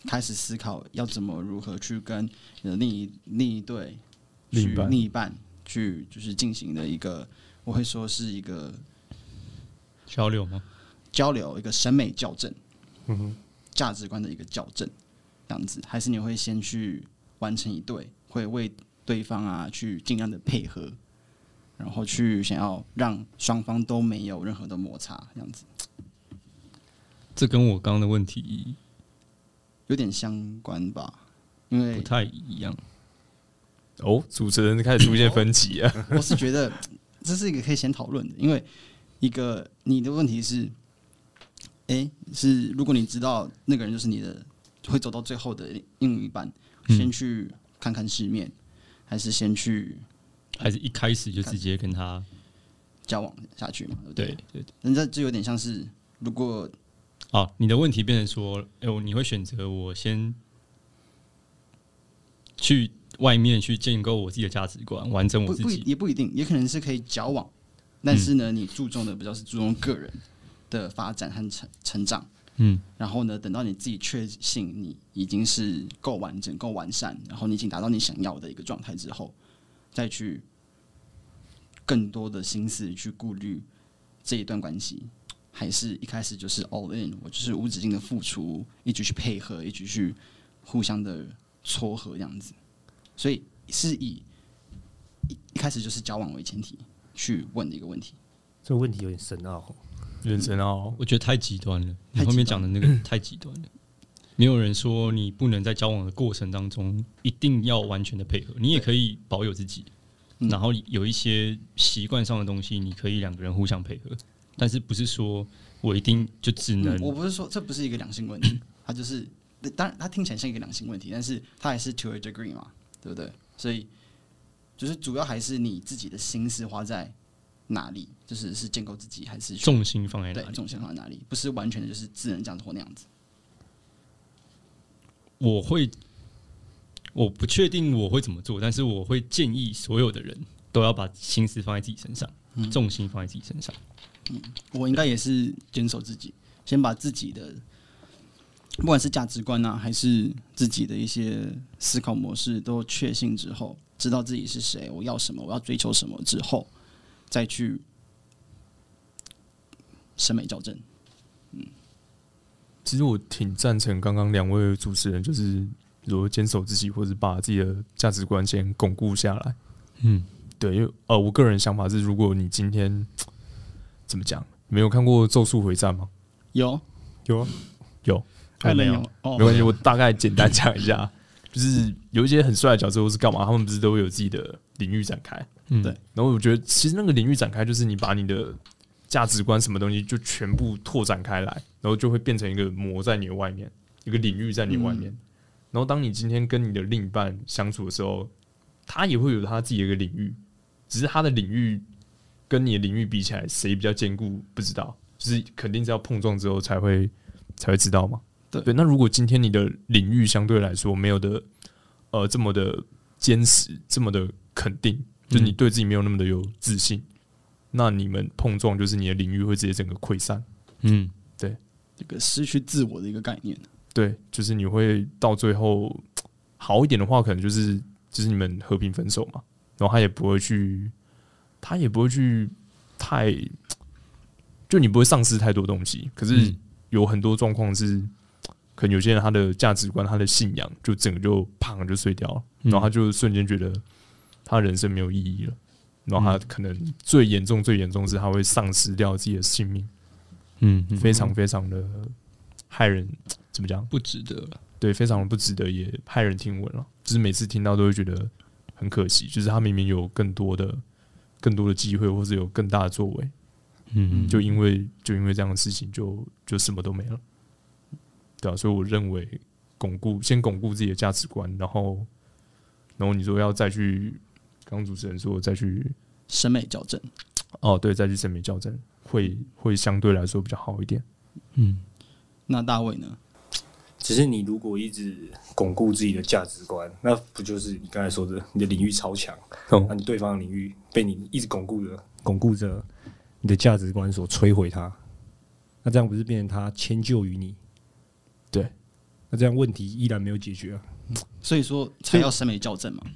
开始思考要怎么如何去跟你的另一另一对另一去半另一半去就是进行的一个，我会说是一个交流吗？交流一个审美校正，价值观的一个校正，这样子，还是你会先去完成一对，会为对方啊去尽量的配合，然后去想要让双方都没有任何的摩擦，这样子这跟我刚刚的问题有点相关吧？因不为太一样。哦，主持人开始出现分歧 啊！我是觉得这是一个可以先讨论的，因为一个你的问题是，诶，是如果你知道那个人就是你的，会走到最后的另一半，嗯先去看看世面，还是先去还是一开始就直接跟他交往下去嘛？对不对？对对人家就有点像是，如果啊，你的问题变成说，哎、我你会选择我先去外面去建构我自己的价值观，完整不我自不己。嗯也不一定，也可能是可以交往，但是呢，你注重的比较是注重个人的发展和成成长，嗯然后呢，等到你自己确信你已经是够完整、够完善，然后你已经达到你想要的一个状态之后，再去更多的心思去顾虑这一段关系，还是一开始就是 all in，我就是无止境的付出，一直去配合，一直去互相的撮合这样子。所以是以一一开始就是交往为前提去问的一个问题。 这个问题有点深奥哦。人生哦，我觉得太极端了。你太极端后面讲的那 个太极端了，没有人说你不能在交往的过程当中一定要完全的配合，你也可以保有自己，嗯然后有一些习惯上的东西，你可以两个人互相配合，但是不是说我一定就只能嗯、我不是说这不是一个良性 问题，它就是当然它听起来像一个良性问题，但是它还是 to a degree 嘛，对不对？所以就是主要还是你自己的心思花在哪里，就是是建构自己还是去重心放在对哪里？重心放在哪里，不是完全的就是自然这样子或那样子。我会，我不确定我会怎么做，但是我会建议所有的人都要把心思放在自己身上，嗯重心放在自己身上。我应该也是坚守自己，先把自己的不管是价值观啊，还是自己的一些思考模式都确信之后，知道自己是谁，我要什么，我要追求什么之后，再去审美矫正。其实我挺赞成刚刚两位主持人，就是如何坚守自己，或者把自己的价值观先巩固下来。嗯，对，因为呃，我个人想法是，如果你今天怎么讲，你没有看过《咒术回战》吗？有，有啊，有，艾伦没有有哦，没关系，我大概简单讲一下，就是有一些很帅的角色或是干嘛，他们不是都有自己的领域展开。嗯对然后我觉得，其实那个领域展开，就是你把你的价值观什么东西就全部拓展开来，然后就会变成一个膜在你的外面，一个领域在你外面。然后当你今天跟你的另一半相处的时候，他也会有他自己的一个领域，只是他的领域跟你的领域比起来，谁比较坚固不知道，就是肯定是要碰撞之后才会才会知道嘛。对对，那如果今天你的领域相对来说没有的呃这么的坚持，这么的肯定，就是你对自己没有那么的有自信，那你们碰撞就是你的领域会直接整个溃散。嗯，这个失去自我的一个概念。对，就是你会到最后好一点的话，可能就是就是你们和平分手嘛，然后他也不会去，他也不会去太，就你不会丧失太多东西。可是嗯有很多状况是，可能有些人他的价值观、他的信仰就整个就砰就碎掉了，嗯然后他就瞬间觉得他人生没有意义了。然后他可能最严重、最严重是他会丧失掉自己的性命，嗯嗯非常非常的害人。怎么讲？不值得了。对，非常不值得，也骇人听闻了。就是每次听到都会觉得很可惜，就是他明明有更多的、更多的机会，或者有更大的作为，嗯就因为就因为这样的事情就，就什么都没了。对啊，所以我认为巩固先巩固自己的价值观，然后然后你说要再去，刚刚主持人说再去审美矫正，哦，对，再去审美校正，会会相对来说比较好一点。嗯那大卫呢？只是你如果一直巩固自己的价值观，那不就是你刚才说的，你的领域超强，哦那你对方的领域被你一直巩固着，巩固着你的价值观所摧毁它，那这样不是变成他迁就于你？对，那这样问题依然没有解决啊。所以说才要审美矫正嘛。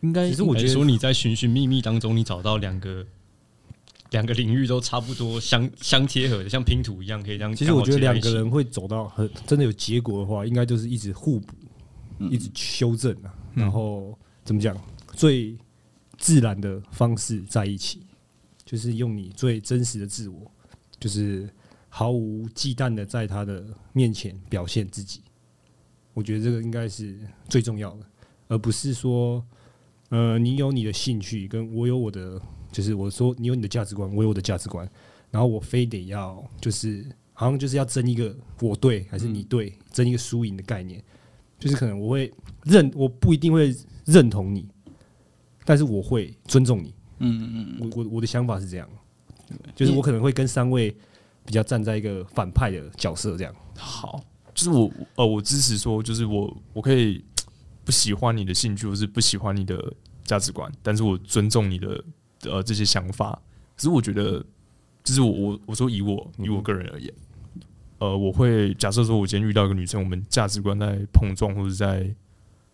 应该其实我觉还是说得，你在寻寻觅觅当中，你找到两个两个领域都差不多相相贴合的，像拼图一样，可以这样。其实我觉得刚两好接个在一起人会走到很真的有结果的话，应该就是一直互补，一直修正啊，嗯然后怎么讲最自然的方式在一起，就是用你最真实的自我，就是毫无忌惮的在他的面前表现自己。我觉得这个应该是最重要的，而不是说，呃，你有你的兴趣，跟我有我的，就是我说你有你的价值观，我有我的价值观，然后我非得要就是好像就是要争一个我对还是你对，争一个输赢的概念，就是可能我会认，我不一定会认同你，但是我会尊重你。嗯嗯嗯，我我我的想法是这样，就是我可能会跟三位比较站在一个反派的角色这样。好，就是我呃，我支持说，就是我我可以不喜欢你的兴趣，或是不喜欢你的价值观，但是我尊重你的呃这些想法。可是我觉得，就是我我我说以我以我个人而言，呃，我会假设说，我今天遇到一个女生，我们价值观在碰撞或者在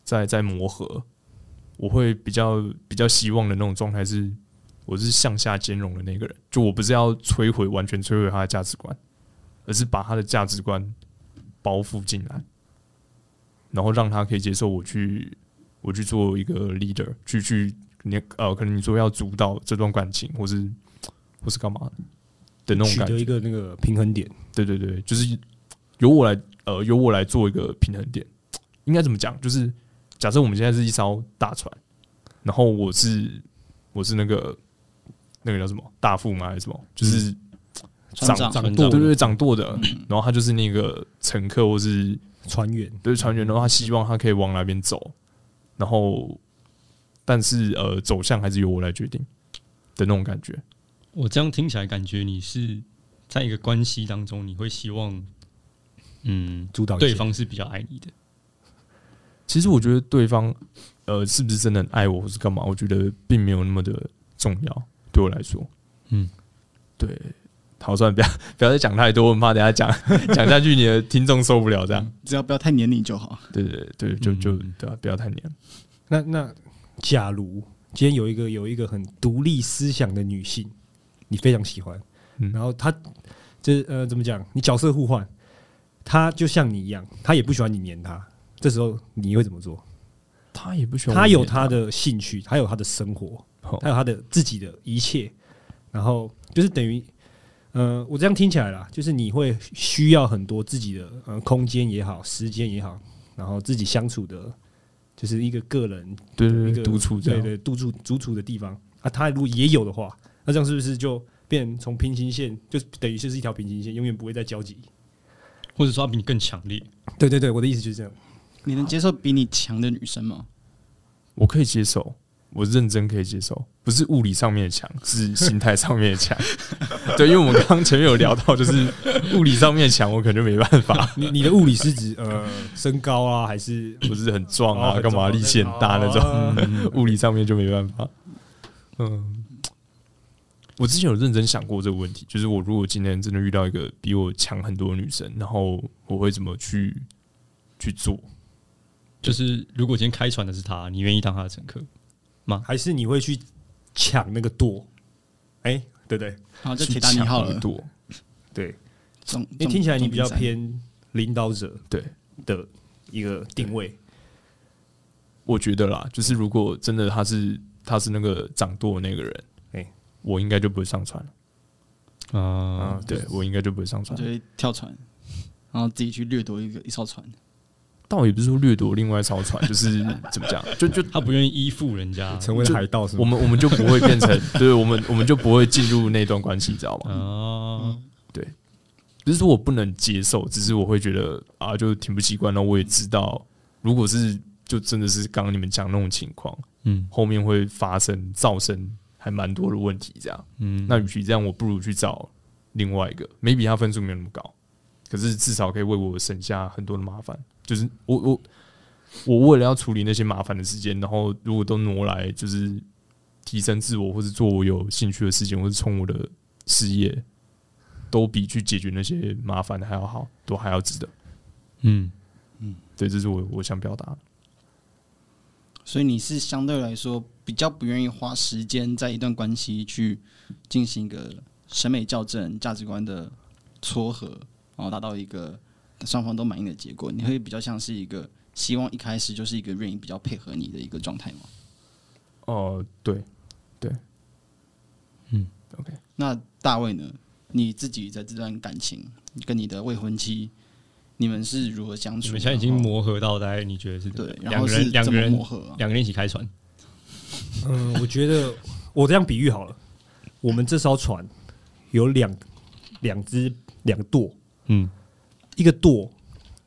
在在磨合，我会比较比较希望的那种状态是，我是向下兼容的那个人，就我不是要摧毁完全摧毁她的价值观，而是把她的价值观包覆进来，然后让她可以接受我去我去做一个 leader，去去你呃，可能你说要主导这段感情，或是或是干嘛的那种取感觉得。一个那个平衡点。对对对，就是由我来呃由我来做一个平衡点。应该怎么讲？就是假设我们现在是一艘大船，然后我是我是那个那个叫什么大副吗？还是什么？就是船长嗯长舵，舵对对，掌舵的。然后他就是那个乘客或是船员对船员，然后他希望他可以往哪边走，然后但是呃走向还是由我来决定的那种感觉。我这样听起来，感觉你是在一个关系当中，你会希望，嗯，主导一切对方是比较爱你的。其实我觉得对方呃是不是真的很爱我，或是干嘛，我觉得并没有那么的重要，对我来说，嗯，对。好，算了，不要 不要再讲太多，我很怕等一下讲 讲下去你的听众受不了。这嗯样，只要不要太黏你就好。对对对，就就嗯对啊，不要太黏。那那，假如今天有一个有一个很独立思想的女性，你非常喜欢，嗯然后她这呃怎么讲？你角色互换，她就像你一样，她也不喜欢你黏她。这时候你会怎么做？他也不喜欢我她有黏啊她的兴趣，她有她的生活，好她有她的自己的一切，然后就是等于。呃，我这样听起来啦，就是你会需要很多自己的呃空间也好，时间也好，然后自己相处的，就是一个个人对一对个对，独处这对样，对，独处独处的地方啊，他如果也有的话，那这样是不是就变从平行线，就等于就是一条平行线，永远不会再交集？或者说他比你更强烈，对对对，我的意思就是这样。你能接受比你强的女生吗？我可以接受，我认真可以接受，不是物理上面的强，是心态上面的 强。对，因为我们刚刚前面有聊到，就是物理上面的强，我可能就没办法。你你的物理是指 呃身高啊，还是不是很壮啊，哦干嘛很壮力气很大那哦种，物理上面就没办法。嗯，我之前有认真想过这个问题，就是我如果今天真的遇到一个比我强很多的女生，然后我会怎么去去做？就是如果今天开船的是他，你愿意当他的乘客？还是你会去抢那个舵？哎、对不对好，就去铁达尼抢号很了。多，对，总因为听起来你比较，总总比偏领导者对，的一个定位，我觉得啦，就是如果真的他是他是那个掌舵的那个人，哎我应该就不会上船了。啊、对我应该就不会上赛船就，会跳船，然后自己去掠夺一个一艘船。倒也不是说掠夺另外一艘船，就是怎么讲，就就他不愿意依附人家。成为了海盗是 我吗？们我们就不会变成，对我们我们就不会进入那段关系，你知道吗？啊，不是说我不能接受，只是我会觉得啊，就挺不习惯。然后我也知道，如果是就真的是刚刚你们讲那种情况，嗯后面会发生造成还蛮多的问题。这样，嗯，那与其这样，我不如去找另外一个，maybe 他分数没有那么高，可是至少可以为我省下很多的麻烦。就是我我我为了要处理那些麻烦的时间，然后如果都挪来就是提升自我，或是做我有兴趣的事情，或是冲我的事业，都比去解决那些麻烦的还要好，都还要值得。嗯，对，这是我我想表达的。所以你是相对来说比较不愿意花时间在一段关系去进行一个审美校正、价值观的撮合，然后达到一个双方都满意的结果。你会比较像是一个希望一开始就是一个愿意比较配合你的一个状态吗？哦、对对，嗯，OK。那大卫呢？你自己在这段感情跟你的未婚妻，你们是如何相你处？们现在已经然后磨合到大概你觉得是怎么样对，然两后个是人两怎个么人磨合啊？两个人一起开船，嗯，我觉得我这样比喻好了，我们这艘船有两两只两舵，嗯一个舵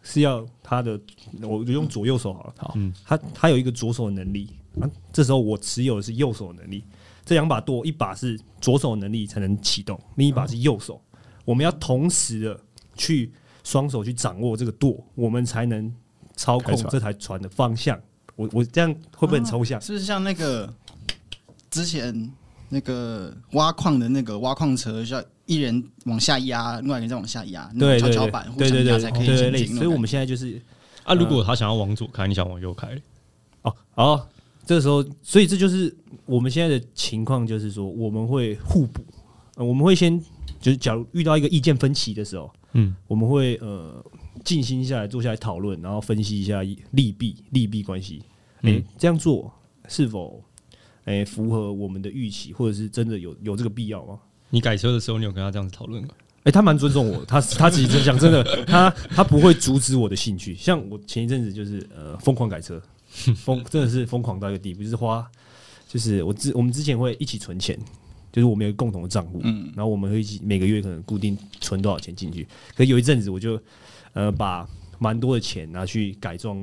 是要他的，我就用左右手好了。好嗯他他有一个左手能力，啊，这时候我持有的是右手能力。这两把舵，一把是左手能力才能启动，另一把是右手。我们要同时的去双手去掌握这个舵，我们才能操开控船这台船的方向。我我这样会不会很抽象？是不是像那个之前那个挖矿的那个挖矿车，需要一人往下压，另外一个人再往下压，那个对跷对跷对板互对相对压对才可以对对前类进似。那种感觉。所以我们现在就是啊，如果他想要往左开，你想往右开，哦哦，这时候，所以这就是我们现在的情况，就是说我们会互补，呃我们会先就是假如遇到一个意见分歧的时候，嗯，我们会呃静心下来，坐下来讨论，然后分析一下利弊利弊关系。诶、嗯这样做是否诶、符合我们的预期，或者是真的有有这个必要吗？你改车的时候，你有跟他这样子讨论吗？哎、他蛮尊重我，他他其实讲真的，他他不会阻止我的兴趣。像我前一阵子就是呃疯狂改车，疯真的是疯狂到一个地步，就是花，就是我之我们之前会一起存钱，就是我们有一个共同的账户，嗯然后我们会一起每个月可能固定存多少钱进去。可是有一阵子我就呃把蛮多的钱拿去改装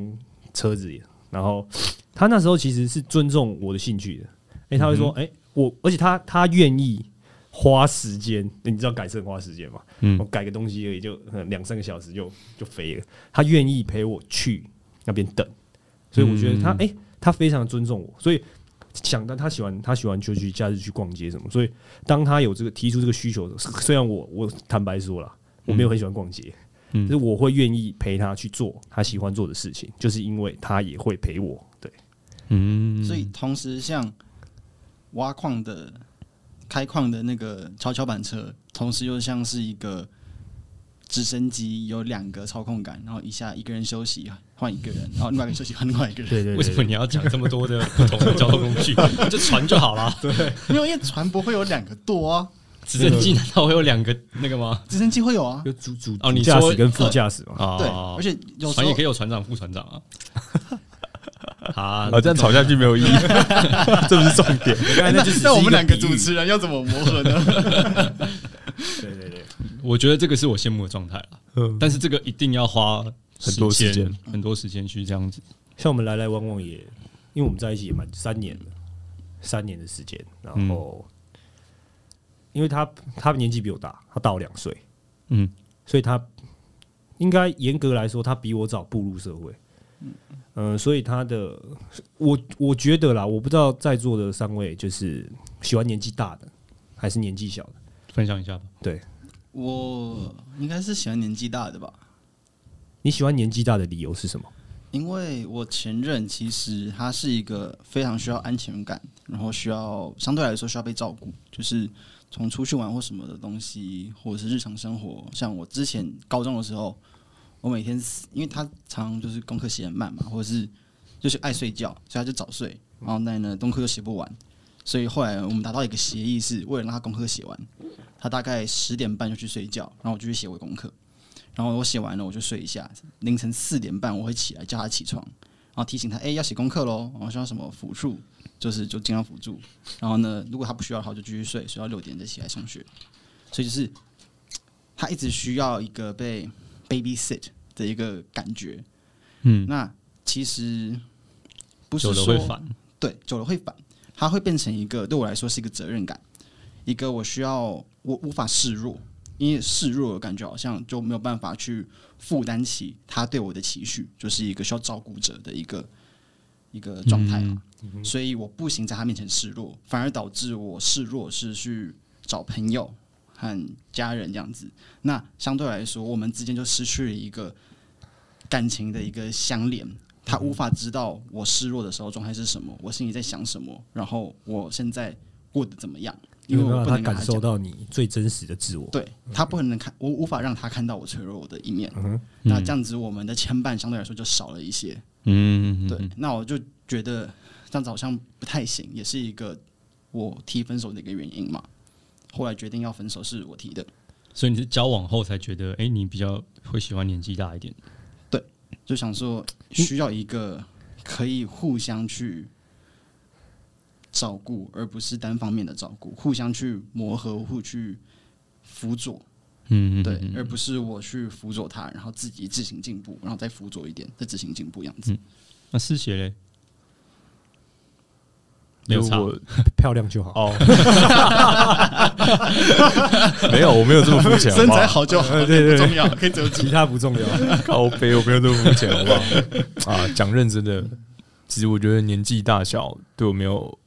车子，然后他那时候其实是尊重我的兴趣的，哎、他会说哎、诶我，而且他他愿意。花时间，你知道改车很花时间吗？嗯我改个东西而已，就呃两三个小时就就飞了。他愿意陪我去那边等，所以我觉得他嗯哎、诶他非常尊重我，所以想到他喜欢他喜欢就去假日去逛街什么，所以当他有这个提出这个需求的时候，虽然我我坦白说了，我没有很喜欢逛街，嗯就是我会愿意陪他去做他喜欢做的事情，就是因为他也会陪我。对，嗯，所以同时像挖矿的、开矿的那个跷跷板车，同时又像是一个直升机，有两个操控杆，然后一下一个人休息换一个人，然后另外一个人休息换另外一 个人。对对为什么你要讲这么多的不同的交通工具？就船就好了。没有，因为船舶会有两个舵啊，直升机难道会有两个那个吗？直升机会有啊。就主主哦你主驾说驶跟副驾驶嘛？啊对，而且有时船也候可以有船长、副船长啊。啊，啊，这样吵下去没有意义， 这不是重点。刚才哎那就只是那我一们两个个比喻主持人要怎么磨合呢？对对对，我觉得这个是我羡慕的状态了。嗯但是这个一定要花很多时间，很多时间去这样子。像我们来来往往也，因为我们在一起也蛮三年了，三年的时间，然嗯后、因为他他年纪比我大，他大我两岁，嗯，所以他应该严格来说，他比我早步入社会。嗯、所以他的我我觉得啦，我不知道在座的三位就是喜欢年纪大的还是年纪小的。分享一下吧。对， 我应该是喜欢年纪大的吧，你喜欢年纪大的理由是什么？因为我前任其实他是一个非常需要安全感，然后需要相对来说需要被照顾，就是从出去玩或什么的东西，或者是日常生活，像我之前高中的时候，我每天因为他常常就是功课写很慢嘛，或者是就是爱睡觉，所以他就早睡，然后但呢功课又写不完，所以后来我们达到一个协议是，为了让他功课写完，他大概十点半就去睡觉，然后我就去写我的功课。然后我写完了，我就睡一下。凌晨四点半我会起来叫他起床，然后提醒他，哎、要写功课喽。然后需要什么辅助，就是就尽量辅助。然后呢，如果他不需要的话，就继续睡，睡到六点再起来上学。所以就是他一直需要一个被 babysit 的一个感觉。嗯，那其实不久是了说会烦。对，久了会反，它会变成一个对我来说是一个责任感，一个我需要我无法示弱，因为示弱的感觉好像就没有办法去负担起他对我的期许，就是一个需要照顾者的一个一个嗯状态啊嘛。所以我不行在他面前示弱，反而导致我示弱是去找朋友和家人这样子。那相对来说，我们之间就失去了一个感情的一个相连。他无法知道我示弱的时候状态是什么，我心里在想什么，然后我现在过得怎么样，因为没我有让不他能跟感他受讲。到你最真实的自我。对他不可能看，我无法让他看到我脆弱的一面。嗯那这样子，我们的牵绊相对来说就少了一些。嗯，对，那我就觉得这样子好像不太行，也是一个我提分手的一个原因嘛。后来决定要分手是我提的，所以你是交往后才觉得，哎，你比较会喜欢年纪大一点。就想说嗯需要一个可以互相去照顾，而不是单方面的照顾，互相去磨合，互去辅佐，嗯，对，而不是我去辅佐他，然后自己自行进步，然后再辅佐一点，再自行进步样嗯子。那嗜血嘞？没没有有差，我漂亮就好。哦， 没有，我没有这么肤 浅，啊好不好好就 好，呃对对对要，可以遮其他不重要。靠背，我没有这么肤浅，好 不好？啊，讲认真的，其实我觉得年纪大小对我没有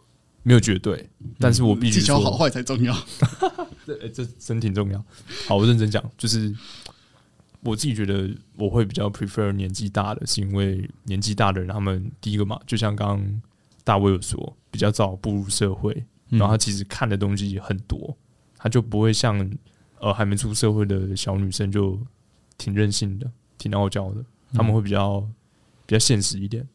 没有绝对，但是 我必嗯须技巧说好坏才重 要。这、欸、这真挺重要。好，我认真讲，就是我自己觉得我会比较 prefer 年纪大的，是因为年纪大的人他们第一个嘛，就像刚刚大卫有说，比较早步入社会，嗯然后他其实看的东西很多，他就不会像呃还没出社会的小女生就挺任性的、挺傲娇的，他们会比较比较现实一点。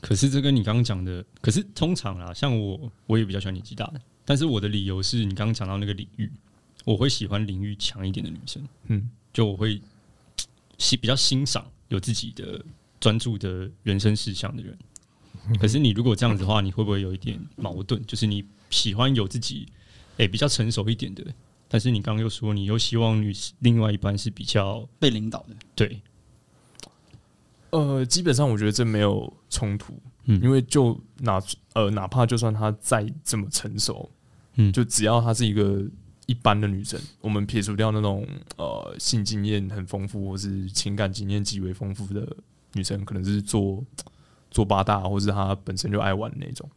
可是这跟你刚刚讲的，可是通常啦，像我，我也比较喜欢年纪大的，但是我的理由是你刚刚讲到那个领域，我会喜欢领域强一点的女生，嗯，就我会喜比较欣赏有自己的专注的人生事项的人。可是你如果这样子的话，你会不会有一点矛盾？就是你喜欢有自己诶、比较成熟一点的，但是你刚刚又说你又希望女另外一半是比较被领导的，对，呃，基本上我觉得这没有冲突，嗯因为就哪呃哪怕就算她再怎么成熟，嗯就只要她是一个一般的女生，我们撇除掉那种呃性经验很丰富或是情感经验极为丰富的女生，可能是做做八大或是她本身就爱玩的那种，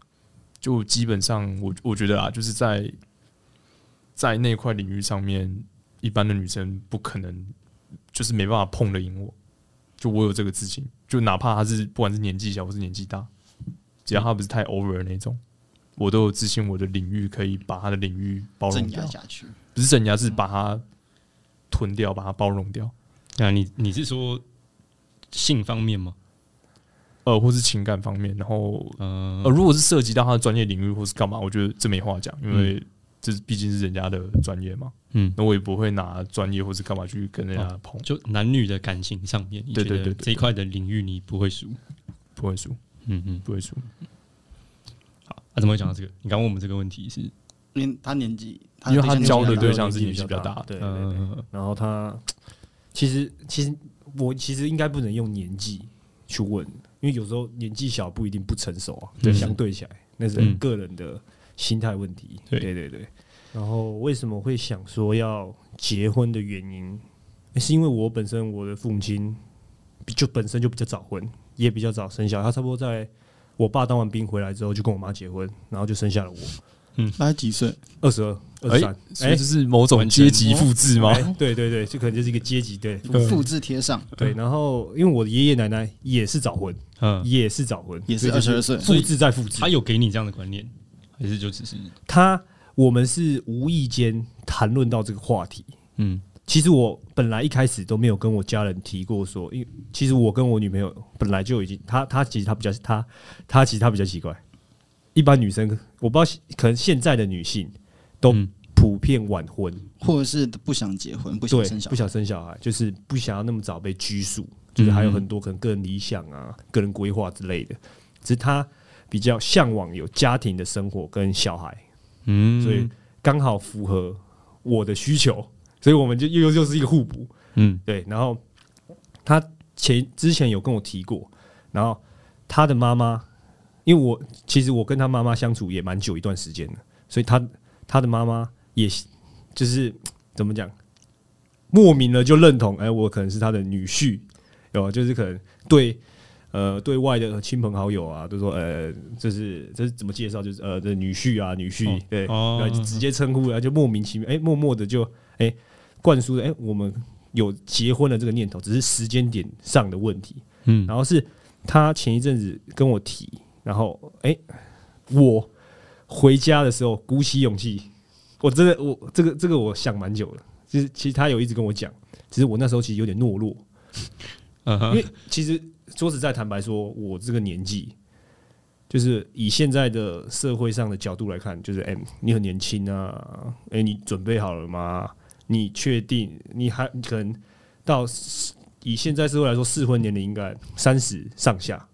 就基本上我我觉得啊，就是在在那块领域上面，一般的女生不可能就是没办法碰得赢我。就我有这个自信，就哪怕他是不管是年纪小或是年纪大，只要他不是太 over 的那种，我都有自信，我的领域可以把他的领域包容镇压掉，啊下去。不是镇压，是把它吞掉，把它包容掉，那你你是说性方面吗？呃，或是情感方面，然后嗯、呃，如果是涉及到他的专业领域或是干嘛，我觉得这没话讲，因嗯为这毕竟是人家的专业嘛，嗯，那我也不会拿专业或是干嘛去跟人家哦碰，就男女的感情上面，你对觉对得对对这一块的领域你不会输。不会输，嗯嗯，不会输。好，那、啊怎么会讲到这个？你刚问我们这个问题是，因为他年纪，因为他对象教的年纪对很象是年年纪纪比较大的啊嗯对对对。呃，然后他其实其实我其实应该不能用年纪去问，因为有时候年纪小不一定不成熟啊，嗯对相对起来那是嗯个人的心态问题。对对对对。然后为什么会想说要结婚的原因，诶是因为我本身我的父母亲比就本身就比较早婚，也比较早生小孩，他差不多在我爸当完兵回来之后就跟我妈结婚，然后就生下了我，大概几岁？二十二、二哎十三，所以这是某种完全阶级复制吗？哎对对对，这可能就是一个阶级对。复制贴上对，然后因为我的爷爷奶奶也是早婚，嗯，也是早婚，也是所以就22岁复制再复制他。有给你这样的观念，还是就只是他我们是无意间谈论到这个话题。嗯其实我本来一开始都没有跟我家人提过说，因为其实我跟我女朋友本来就已经，她她其实她比较她她其实她比较奇怪，一般女生我不知道，可能现在的女性都嗯普遍晚婚，或者是不想结婚、不对想生小不孩，想生小孩，就是不想要那么早被拘束，就是还有嗯很多可能个人理想啊、嗯个人规划之类的。只是他比较向往有家庭的生活跟小孩，嗯，所以刚好符合我的需求，所以我们就又又又是一个互补。嗯对，然后他前之前有跟我提过，然后他的妈妈，因为我其实我跟他妈妈相处也蛮久一段时间的，所以他他的妈妈也就是怎么讲，莫名的就认同，哎、我可能是他的女婿，有啊就是可能对。呃，对外的亲朋好友啊，都说呃，这是这是怎么介绍？就是呃，这女婿啊，女婿，哦对，哦对，就直接称呼，然后就莫名其妙，哎、默默的就哎、灌输的，哎、我们有结婚的这个念头，只是时间点上的问题。嗯然后是他前一阵子跟我提，然后哎、我回家的时候鼓起勇气，我真的我这个这个我想蛮久了，就是其实他有一直跟我讲，只是我那时候其实有点懦弱，嗯因哼为其实说实在，坦白说，我这个年纪，就是以现在的社会上的角度来看，就是哎、你很年轻啊，哎、你准备好了吗？你确定？你还你可能到以现在社会来说，适婚年龄应该三十上下，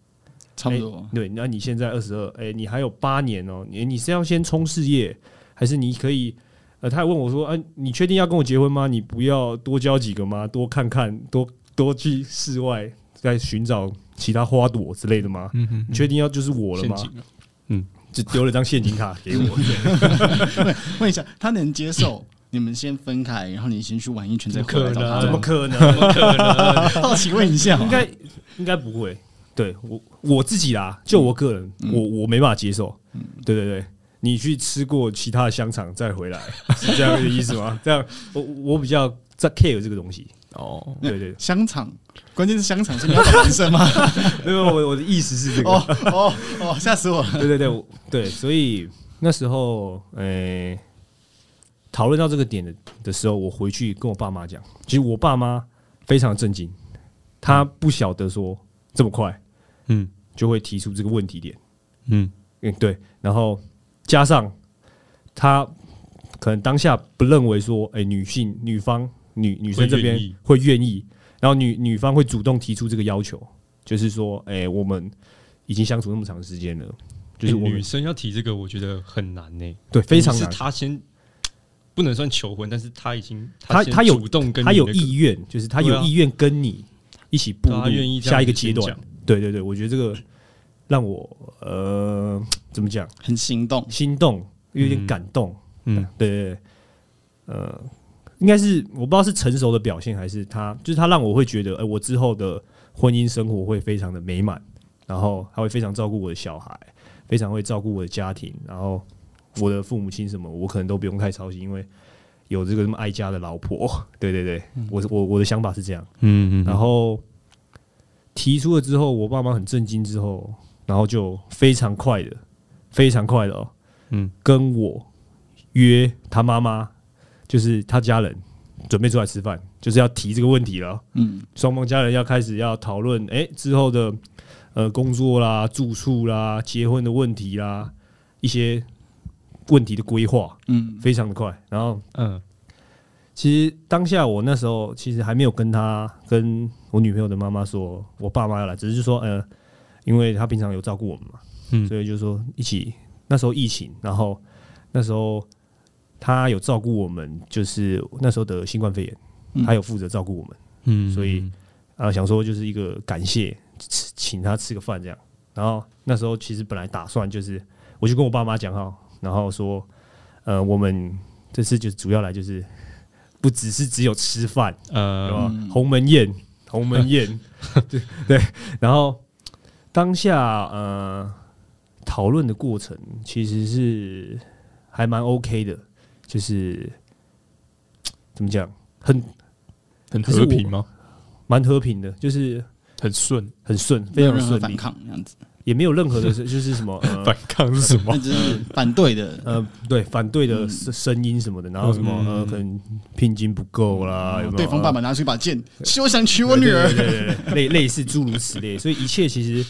差不多。对，那你现在二十二，哎，你还有八年哦、你你是要先冲事业，还是你可以？呃，他还问我说，啊，你确定要跟我结婚吗？你不要多交几个吗？多看看，多多去室外再寻找其他花朵之类的吗？嗯哼你确定要就是我了陷吗？阱啊就丢了张陷阱卡给我，哎问一下，他能接受你们先分开，然后你先去玩一圈再回来找怎他 怎么吗？可能？好奇问一下，啊应该应该不会。对我我自己啦，就我个人，我我没办法接受。对对对，你去吃过其他的香肠再回来，是这样的意思吗？这样我我比较在 care 这个东西。哦，对对香肠，关键是香肠是你要打人生吗？对，没有我我的意思是这哦个，哦哦，吓死我了！对对对我对，所以那时候诶，讨论到这个点的的时候，我回去跟我爸妈讲，其实我爸妈非常震惊，他不晓得说这么快嗯就会提出这个问题点。嗯嗯，对，然后加上他可能当下不认为说，哎、女性女方女女生这边会愿意会愿意，然后女女方会主动提出这个要求，就是说，哎、我们已经相处那么长时间了，就是欸我们、女生要提这个，我觉得很难呢、对非常是难，她先不能算求婚，但是她已经她先她有主动跟你他有那个意愿，就是他对有啊意愿跟你一起步对啊入她愿意这样下一个子阶先段讲。对对对，我觉得这个让我呃怎么讲很心动，心动，有点嗯感动。嗯对对对，呃，应该是我不知道是成熟的表现，还是他就是他让我会觉得，哎、我之后的婚姻生活会非常的美满，然后他会非常照顾我的小孩，非常会照顾我的家庭，然后我的父母亲什么，我可能都不用太操心，因为有这个这么爱家的老婆。 对对对，我是我我的想法是这样，嗯嗯然后提出了之后，我爸妈很震惊之后，然后就非常快的，非常快的哦，嗯，跟我约他妈妈，就是他家人准备出来吃饭，就是要提这个问题了。哦嗯，双方家人要开始要讨论，哎、之后的呃工作啦、住宿啦、结婚的问题啦，一些问题的规划，嗯，非常的快。然后嗯其实当下我那时候其实还没有跟他跟我女朋友的妈妈说，我爸妈要来，只是就说呃，因为他平常有照顾我们嘛，嗯所以就说一起。那时候疫情，然后那时候他有照顾我们，就是那时候的新冠肺炎，嗯他有负责照顾我们嗯所以啊、想说就是一个感谢，吃请他吃个饭这样。然后那时候其实本来打算就是，我就跟我爸妈讲好，然后说，呃，我们这次就主要来就是不只是只有吃饭，对呃吧？鸿门宴，鸿门宴，对对。然后当下呃讨论的过程其实是还蛮 OK 的，就是怎么讲，很很可是和我平吗？蛮和平的，就是很顺，很顺，没非有常任何顺反利，抗这样子，也没有任何的就是什么呃反抗是什么 那？只是反对的，哦呃对反对的嗯声声音什么的，然后什么呃可能聘金不够啦，有没有嗯对方爸爸拿出一把剑，休想娶我哎对女儿。对对对对类类似诸如此类，所以一切其实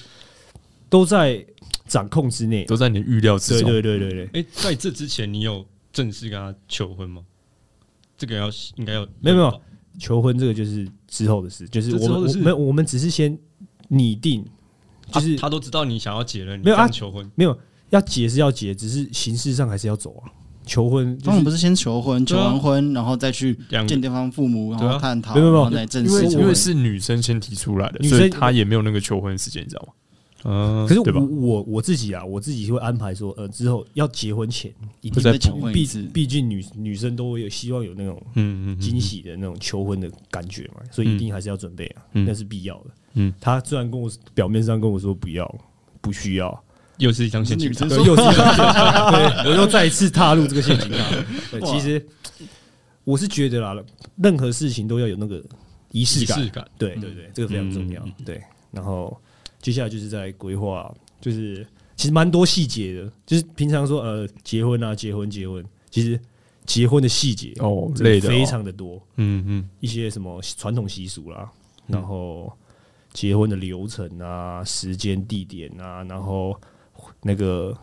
都在掌控之内。都在你的预料之对中。对对对对，哎、在这之前你有正式跟她求婚吗？这个要应该要没有没有求婚这个就是之后的事，就这是我之们后的我事没有，我们只是先拟定，啊就是她都知道你想要结了，你没有这样啊求婚，没有要结是要结，只是形式上还是要走啊。求婚就通是常不是先求婚，对求啊完婚然后再去两见对方父母，然对后啊探讨，没有没有然后再正因为式结因婚为。是女生先提出来的，女所以生她也没有那个求婚时间，你知道吗？嗯可是对吧我我我自己啊，我自己会安排说，呃，之后要结婚前一定会再求婚一毕次毕竟女女生都会有希望有那种嗯嗯惊喜的那种求婚的感觉嘛，所以一定还是要准备啊，嗯那是必要的。嗯，他虽然跟我表面上跟我说不要，不需要，又是一张陷阱女卡生对，说又是一个陷阱卡对我又再一次踏入这个陷阱卡。对，哇其实我是觉得啦，任何事情都要有那个仪式仪感式，感，嗯对对对，这个非常重要。嗯对，然后接下来就是在规划，就是其实蛮多细节的，就是平常说呃结婚啊，结婚结婚，其实结婚的细节哦，真累的哦，非常的多，嗯嗯一些什么传统习俗啦，然嗯后结婚的流程啊、时间、地点啊，然后那个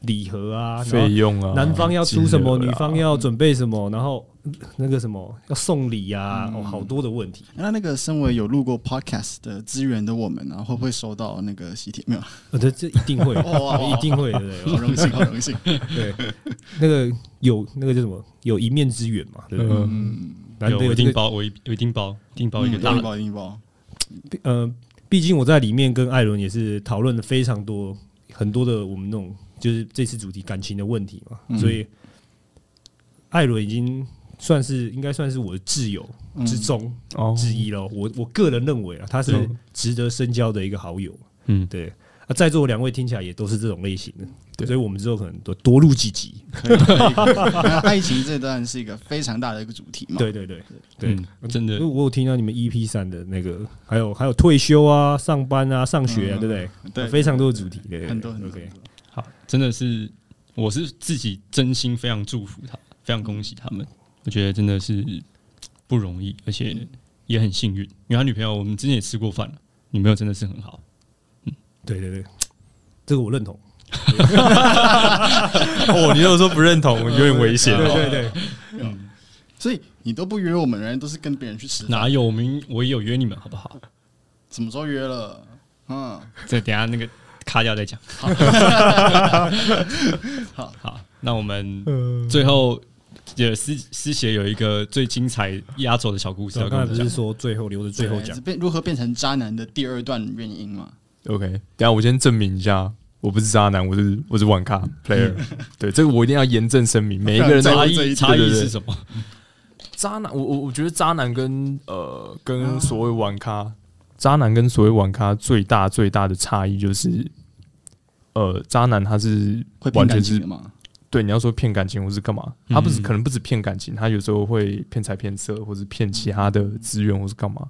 礼盒啊，然后费用啊，男方要出什么，金额女啊方要准备什么，然后那个什么要送礼啊，嗯哦，好多的问题。那那个身为有录过 podcast 的资源的我们啊，会不会收到那个喜帖？没有，呃，这这一定会，哇一定会的，好荣幸，好荣幸。对对。那个有那个叫什么，有一面之缘嘛，对不对？嗯，嗯，难有得我一这定个，包，我一我一定包，一定包一个嗯大一的包一定包，呃，毕竟我在里面跟艾伦也是讨论了非常多很多的我们那种就是这次主题感情的问题嘛，所以艾伦已经算是应该算是我的挚友之中 哦，之一喽。我我个人认为啊，他是值得深交的一个好友。嗯对啊，在座两位听起来也都是这种类型的，对所以我们之后可能多多录几集。可以可以可以那爱情这段是一个非常大的一个主题嘛。对对对对，嗯真因的为，我有听到你们 EP 三的那个，还有还有退休啊、上班啊、上学啊，嗯对不对？对，非常多的主题，对对对很多很多。 OK，很多真的是，我是自己真心非常祝福他，非常恭喜他们。我觉得真的是不容易，而且也很幸运，因为他女朋友我们之前也吃过饭了，女朋友真的是很好。对对对，这个我认同。哦，你有时候不认同， 有点危险对哦。对对，所以你都不约我们，人都是跟别人去吃饭，哪有我们我也有约你们好不好？什么时候约了？嗯，这等一下那个卡掉再讲。好， 好，那我们最后也师师姐有一个最精彩压轴的小故事要我跟我刚才们不讲是。说最后留着最后对讲是？变如何变成渣男的第二段原因嘛？ OK，等一下我先证明一下，我不是渣男，我是我是玩咖 player。对，这个我一定要严正声明，每一个人差都这异一差异对对对是什么？渣男，我我我觉得渣男跟呃啊跟所谓玩咖，渣男跟所谓玩咖最大最大的差异就是，呃，渣男他是会变完全感情是的嘛？对你要说骗感情或是干嘛，他不是嗯可能不止骗感情，他有时候会骗财骗色，或是骗其他的资源或是干嘛，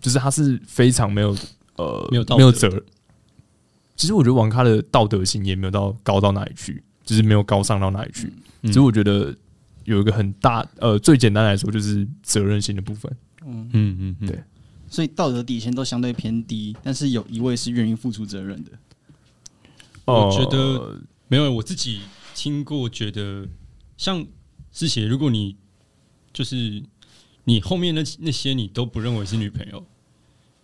就是他是非常没有呃没有道德没有责任。其实我觉得王咖的道德性也没有到高到哪里去，就是没有高尚到哪里去。嗯其实我觉得有一个很大呃，最简单来说就是责任心的部分。嗯嗯嗯，对所以道德底线都相对偏低，但是有一位是愿意付出责任的。我呃觉得没有，我自己听过，觉得像师姐，如果你就是你后面那那些你都不认为是女朋友，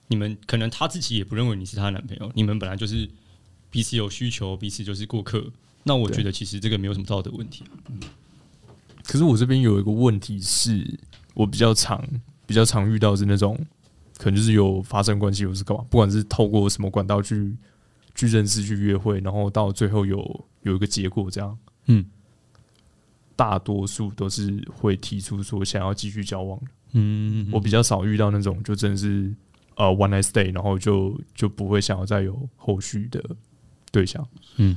你们可能他自己也不认为你是她的男朋友，你们本来就是彼此有需求，彼此就是过客。那我对觉得其实这个没有什么道德问题。可是我这边有一个问题是，我比较常比较常遇到是那种，可能就是有发生关系，或是干嘛，不管是透过什么管道去去认识、去约会，然后到最后有有一个结果这样，嗯，大多数都是会提出说想要继续交往的。嗯我比较少遇到那种就真的是呃 one night stay，然后就就不会想要再有后续的对象。嗯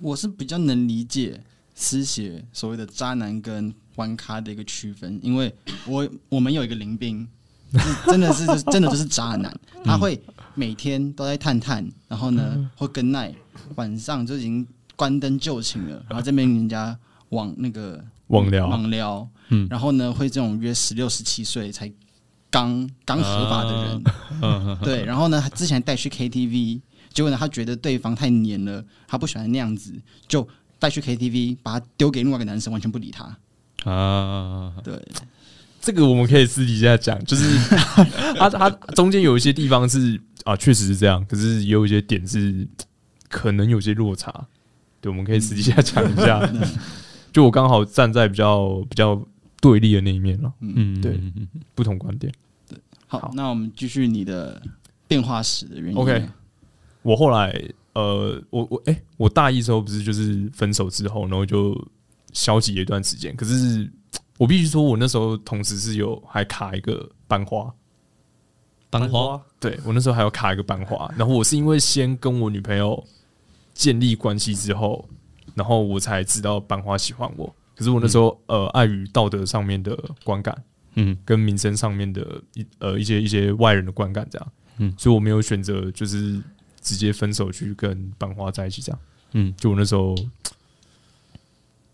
我是比较能理解师姐所谓的渣男跟玩咖的一个区分，因为我我们有一个林兵，是真的是 就是真的就是渣男，他会每天都在探探，然后呢会跟奈，晚上就已经关灯就寝了，然后这边人家网那个忘聊网聊，嗯然后呢会这种约十六十七岁才刚刚合法的人，嗯 对，然后呢，他之前带去 KTV，结果呢，他觉得对方太黏了，他不喜欢那样子，就带去 KTV，把他丢给另外一个男生，完全不理他。嗯啊，对，这个我们可以私底下讲，就是他他中间有一些地方是啊，确实是这样，可是也有一些点是可能有些落差。对，我们可以私底下讲一下。就我刚好站在比较比较对立的那一面了，嗯对嗯嗯嗯不同观点。好，好那我们继续你的变化史的原因。 OK 我后来呃，我我哎、我大一时候不是就是分手之后，然后就消极了一段时间。可是我必须说，我那时候同时是有还卡一个班花，班花，对我那时候还要卡一个班花，然后我是因为先跟我女朋友建立关系之后，然后我才知道班花喜欢我。可是我那时候、呃，碍于道德上面的观感嗯跟民生上面的一呃一些一些外人的观感这样，嗯所以我没有选择就是直接分手去跟班花在一起这样。嗯，就我那时候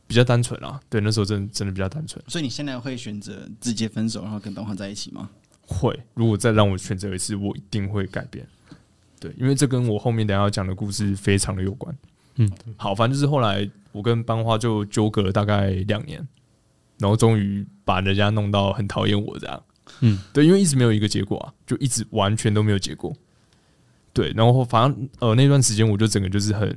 比较单纯啊，对，那时候真的真的比较单纯。所以你现在会选择直接分手，然后跟东皇在一起吗？会，如果再让我选择一次，我一定会改变。对，因为这跟我后面等一下要讲的故事非常的有关。嗯，好，反正就是后来我跟班花就纠葛了大概两年，然后终于把人家弄到很讨厌我这样。嗯，对，因为一直没有一个结果啊，就一直完全都没有结果。对，然后反正呃那段时间我就整个就是很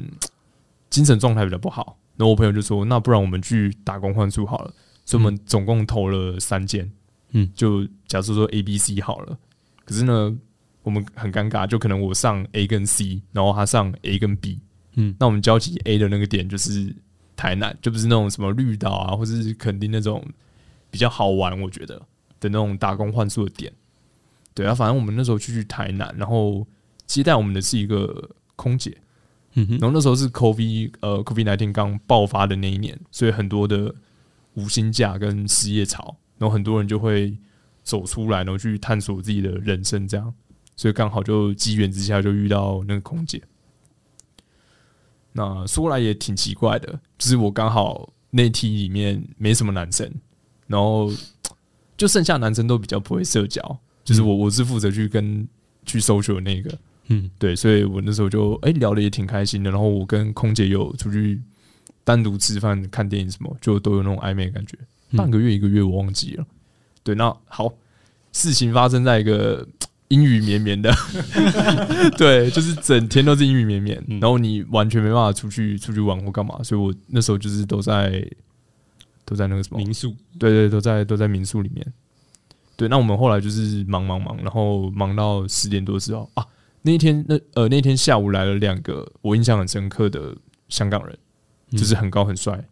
精神状态比较不好，然后我朋友就说，那不然我们去打工换宿好了，所以我嗯们总共投了三间。就假设说 A、B、C 好了，可是呢，我们很尴尬，就可能我上 A 跟 C，然后他上 A 跟 B，嗯那我们交集 A 的那个点就是台南，就不是那种什么绿岛啊，或是垦丁那种比较好玩，我觉得的那种打工换宿的点。对啊，反正我们那时候去去台南，然后接待我们的是一个空姐，嗯哼，然后那时候是 COVID 呃 COVID nineteen 刚爆发的那一年，所以很多的无薪假跟失业潮，然后很多人就会走出来，然后去探索自己的人生，这样，所以刚好就机缘之下就遇到那个空姐。那说来也挺奇怪的，就是我刚好那梯里面没什么男生，然后就剩下男生都比较不会社交，就是我我是负责去跟去搜 l 的那个，嗯，对，所以我那时候就哎、聊的也挺开心的，然后我跟空姐有出去单独吃饭、看电影什么，就都有那种暧昧的感觉。嗯半个月一个月我忘记了。对，那好，事情发生在一个阴雨绵绵的， 对，就是整天都是阴雨绵绵，嗯然后你完全没办法出去出去玩或干嘛，所以我那时候就是都在都在那个什么民宿，对对，都在都在民宿里面。对，那我们后来就是忙忙忙，然后忙到十点多之后啊，那一天那呃那天下午来了两个我印象很深刻的香港人，嗯就是很高很帅，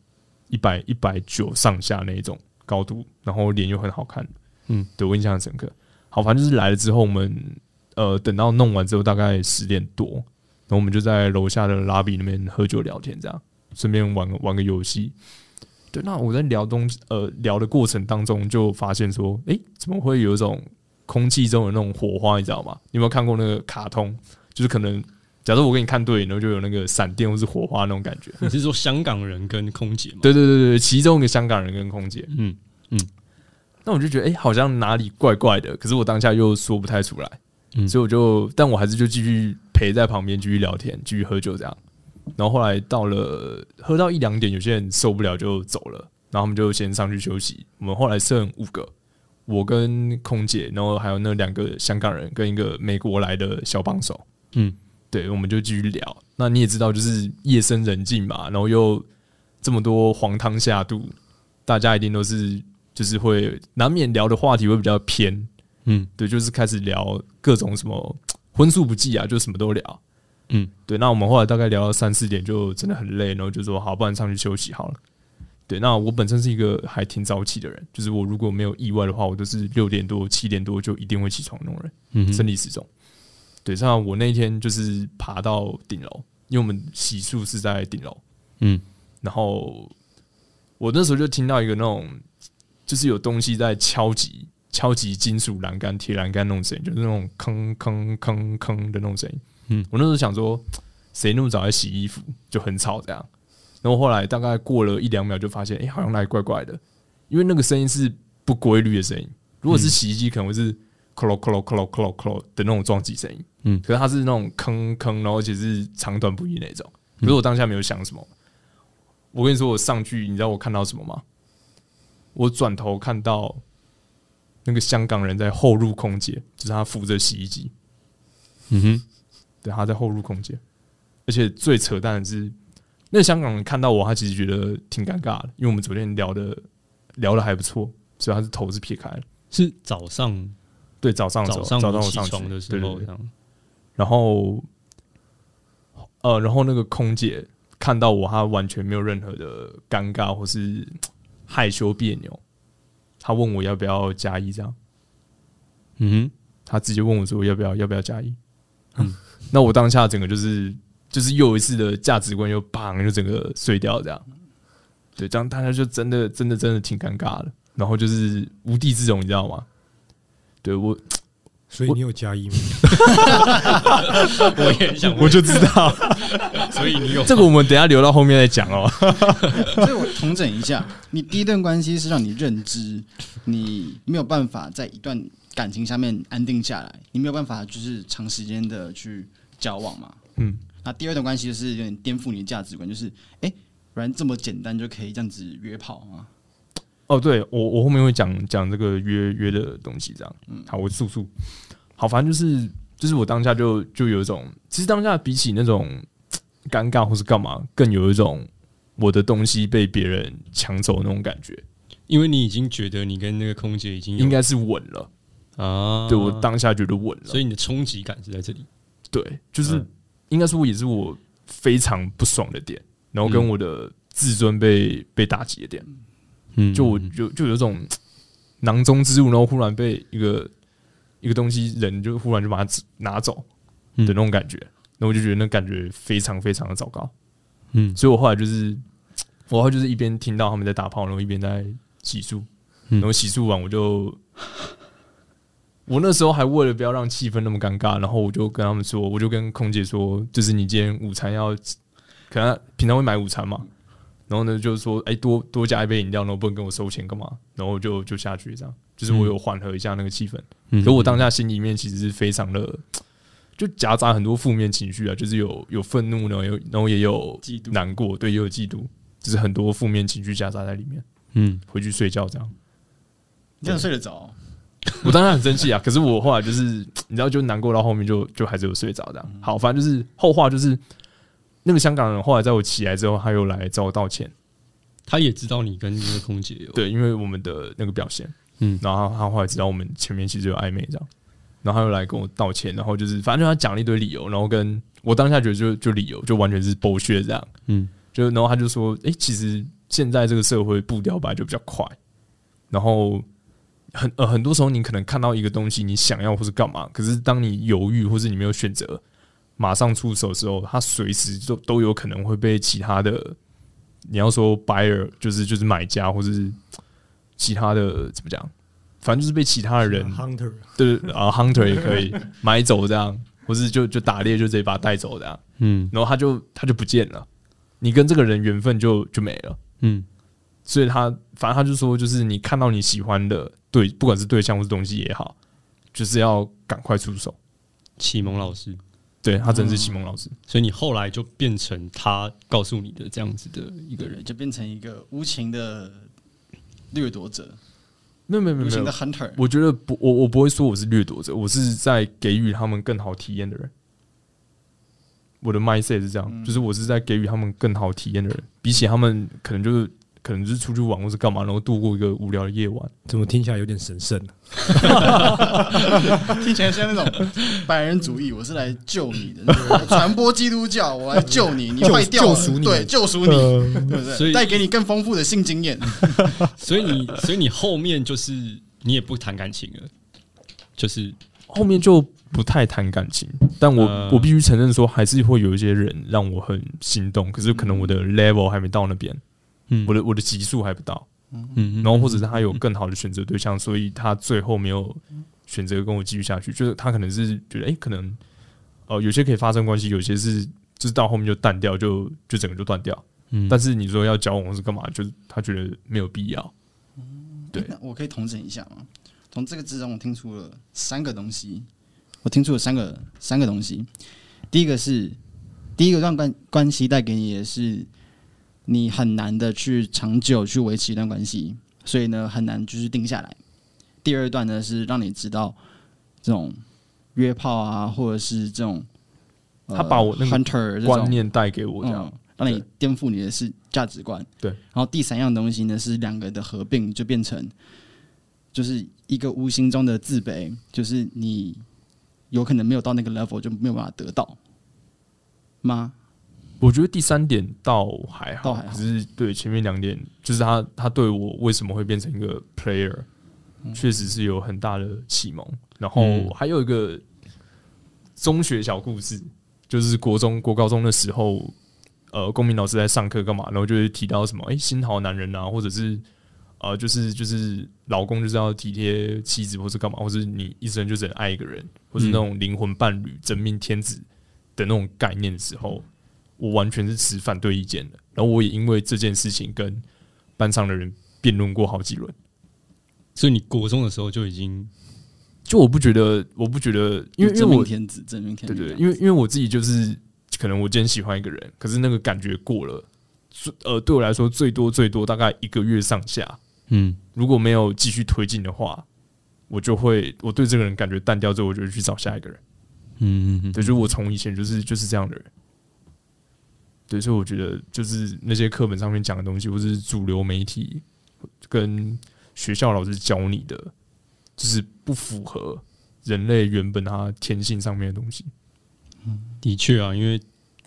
一百一百九上下那一种高度，然后脸又很好看，嗯，对我印象很深刻。好，反正就是来了之后，我们呃等到弄完之后大概十点多，然后我们就在楼下的拉比那边喝酒聊天，这样顺便玩个玩个游戏。对，那我在聊东西呃聊的过程当中，就发现说，诶，怎么会有一种空气中的那种火花，你知道吗？你有没有看过那个卡通？就是可能假设我给你看对眼，然后就有那个闪电或是火花那种感觉。你是说香港人跟空姐吗？对对对对，其中一个香港人跟空姐，嗯，那我就觉得诶，哎好像哪里怪怪的，可是我当下又说不太出来，嗯所以我就，但我还是就继续陪在旁边，继续聊天，继续喝酒这样。然后后来到了喝到一两点，有些人受不了就走了，然后他们就先上去休息。我们后来剩五个，我跟空姐，然后还有那两个香港人跟一个美国来的小帮手，嗯，对，我们就继续聊。那你也知道，就是夜深人静嘛，然后又这么多黄汤下肚，大家一定都是就是会难免聊的话题会比较偏，嗯，对，就是开始聊各种什么荤素不忌啊，就什么都聊，嗯，对。那我们后来大概聊到三四点，就真的很累，然后就说好，不然上去休息好了。对，那我本身是一个还挺早起的人，就是我如果没有意外的话，我都是六点多、七点多就一定会起床那种人。嗯生哼，理时钟。对，像我那一天就是爬到顶楼，因为我们洗漱是在顶楼，嗯，然后我那时候就听到一个那种，就是有东西在敲击敲击金属栏杆、铁栏杆那种声音，就是那种吭吭吭吭的那种声音。嗯，我那时候想说，谁那么早在洗衣服，就很吵这样。然后后来大概过了一两秒，就发现，哎、好像哪里怪怪的，因为那个声音是不规律的声音。如果是洗衣机，可能会是 clo clo clo clo clo 的那种撞击声音，嗯可是它是那种吭吭，然后而且是长短不一那种。可是我当下没有想什么，我跟你说，我上去，你知道我看到什么吗？我转头看到那个香港人在后入空间，就是他扶着洗衣机，嗯哼，对，他在后入空间。而且最扯淡的是，那香港人看到我，他其实觉得挺尴尬的，因为我们昨天聊的聊的还不错，所以他是头是撇开了。是早上对，早上的时早候上早上我起上去床的时对对候对这样，然后，呃，然后那个空姐看到我，她完全没有任何的尴尬或是害羞别扭，她问我要不要加一，这样，嗯她直接问我说要不要要不要加一， 那我当下整个就是就是又一次的价值观又砰就整个碎掉这样，对，这样大家就真的真的真的挺尴尬的，然后就是无地自容，你知道吗？对我所以你有加一吗？哼，我也很想我问，就知 道所以你有这个，我们等一下留到后面再讲哦。 所以我统整一下，你第一段关系是让你认知你没有办法在一段感情下面安定下来，你没有办法就是长时间的去交往嘛。嗯，那第二段关系就是有点颠覆你的价值观，就是哎，不然这么简单就可以这样子约炮吗？哦，对我我后面会讲讲这个约约的东西，这样。嗯好，我速速。好，反正就是就是我当下就就有一种，其实当下比起那种嘖尴尬或是干嘛，更有一种我的东西被别人抢走那种感觉，因为你已经觉得你跟那个空姐已经有应该是稳了。啊，对我当下觉得稳了所，以你的冲击感是在这里，对，就是嗯应该说也是我非常不爽的点，然后跟嗯我的自尊被被打击的点。嗯就我就就有一种囊中之物，然后忽然被一个一个东西人就忽然就把它拿走的嗯那种感觉。那我就觉得那感觉非常非常的糟糕。嗯所以我后来就是，我后来就是一边听到他们在打炮，然后一边在洗漱，嗯然后洗漱完我就，我那时候还为了不要让气氛那么尴尬，然后我就跟他们说，我就跟空姐说，就是你今天午餐要，可能平常会买午餐嘛，然后呢就是说，哎、多多加一杯饮料，然后不能跟我收钱干嘛，然后我就就下去这样，就是我有缓和一下那个气氛。嗯可我当下心里面其实是非常的，就夹杂很多负面情绪啊，就是有有愤怒呢，有然后也有嫉妒难过，对，也有嫉妒，就是很多负面情绪夹杂在里面。嗯回去睡觉这 样，你这样睡得着？我当然很生气啊，可是我后来就是你知道，就难过到后面就就还是有睡着这样。嗯好，反正就是后话就是。那个香港人后来在我起来之后，他又来找我道歉，他也知道你跟那个空姐有对，因为我们的那个表现，嗯然后他他后来知道我们前面其实有暧昧这样，然后他又来跟我道歉，然后就是反正就他讲了一堆理由，然后跟我当下觉得就就理由就完全是剥削这样，嗯就然后他就说，诶，其实现在这个社会步调本来就比较快，然后很呃很多时候你可能看到一个东西你想要或是干嘛，可是当你犹豫或是你没有选择马上出手的时候，它随时都都有可能会被其他的你要说 buyer 就是就是买家或是其他的怎么讲，反正就是被其他的人 hunter 对啊 hunter 也可以买走这样，或是就就打猎就直接把它带走这样。嗯然后他就他就不见了，你跟这个人缘分就就没了。嗯所以他反正他就说，就是你看到你喜欢的对，不管是对象或是东西也好，就是要赶快出手。启蒙老师，对他真是启蒙老师，所以你后来就变成他告诉你的这样子的一一个个人人就变成一个无情的掠夺者，没有没有没无有情没的有， hunter。我觉得不，我我不会说我是掠夺者，我是在给予他们更好体验的人。我的 mindset 是这样，就是我是在给予他们更好体验的人，比起他们可能就是可能就是出去玩或是干嘛，然后度过一个无聊的夜晚。怎么听起来有点神圣啊？ 听起来像那种白人主义，我是来救你的，我传播基督教，我来救你，你救坏掉了，救赎你对，救赎你，对不呃所以对？带给你更丰富的性经验。所以你， 所以你后面就是你也不谈感情了，就是后面就不太谈感情，但我、呃我必须承认说，还是会有一些人让我很心动，可是可能我的 level 还没到那边，嗯我的我的级数还不到，嗯然后或者是他有更好的选择对象，所以他最后没有选择跟我继续下去，就是他可能是觉得，诶，可能呃有些可以发生关系，有些是就是到后面就淡掉，就就整个就断掉。嗯但是你说要交往或是干嘛，就是他觉得没有必要。对那我可以统整一下吗？从这个之中，我听出了三个东西，我听出了三个三个东西。第一个是第一个段关关系带给你的是，你很难的去长久去维持一段关系，所以呢很难就是定下来。第二段呢是让你知道这种约炮啊，或者是这种、呃他把我那个 hunter 这种观念带给我这样，嗯、让你颠覆你的是价值观。对然后第三样东西呢是两个的合并，就变成就是一个无形中的自卑，就是你有可能没有到那个 level 就没有办法得到吗？我觉得第三点倒还好，倒还好只是对前面两点，就是他他对我为什么会变成一个 player，确、嗯实是有很大的启蒙。然后嗯还有一个中学小故事，就是国中国高中的时候，呃，公民老师在上课干嘛，然后就会提到什么，哎、新好男人啊，或者是呃，就是就是老公就是要体贴妻子，或是干嘛，或是你一生就只能爱一个人，或是那种灵魂伴侣、真命天子的那种概念的时候，我完全是持反对意见的。然后我也因为这件事情跟班上的人辩论过好几轮。所以你国中的时候就已经就我不觉得，我不觉得，因为因为真命我天子，真命天对子，对，因为因为我自己就是可能我今天喜欢一个人，可是那个感觉过了，最呃对我来说最多最多大概一个月上下，嗯如果没有继续推进的话，我就会我对这个人感觉淡掉之后，我就会去找下一个人。嗯嗯对，就是我从以前就是就是这样的人。对，所以我觉得就是那些课本上面讲的东西，或是主流媒体跟学校老师教你的，就是不符合人类原本它天性上面的东西。的确啊，因为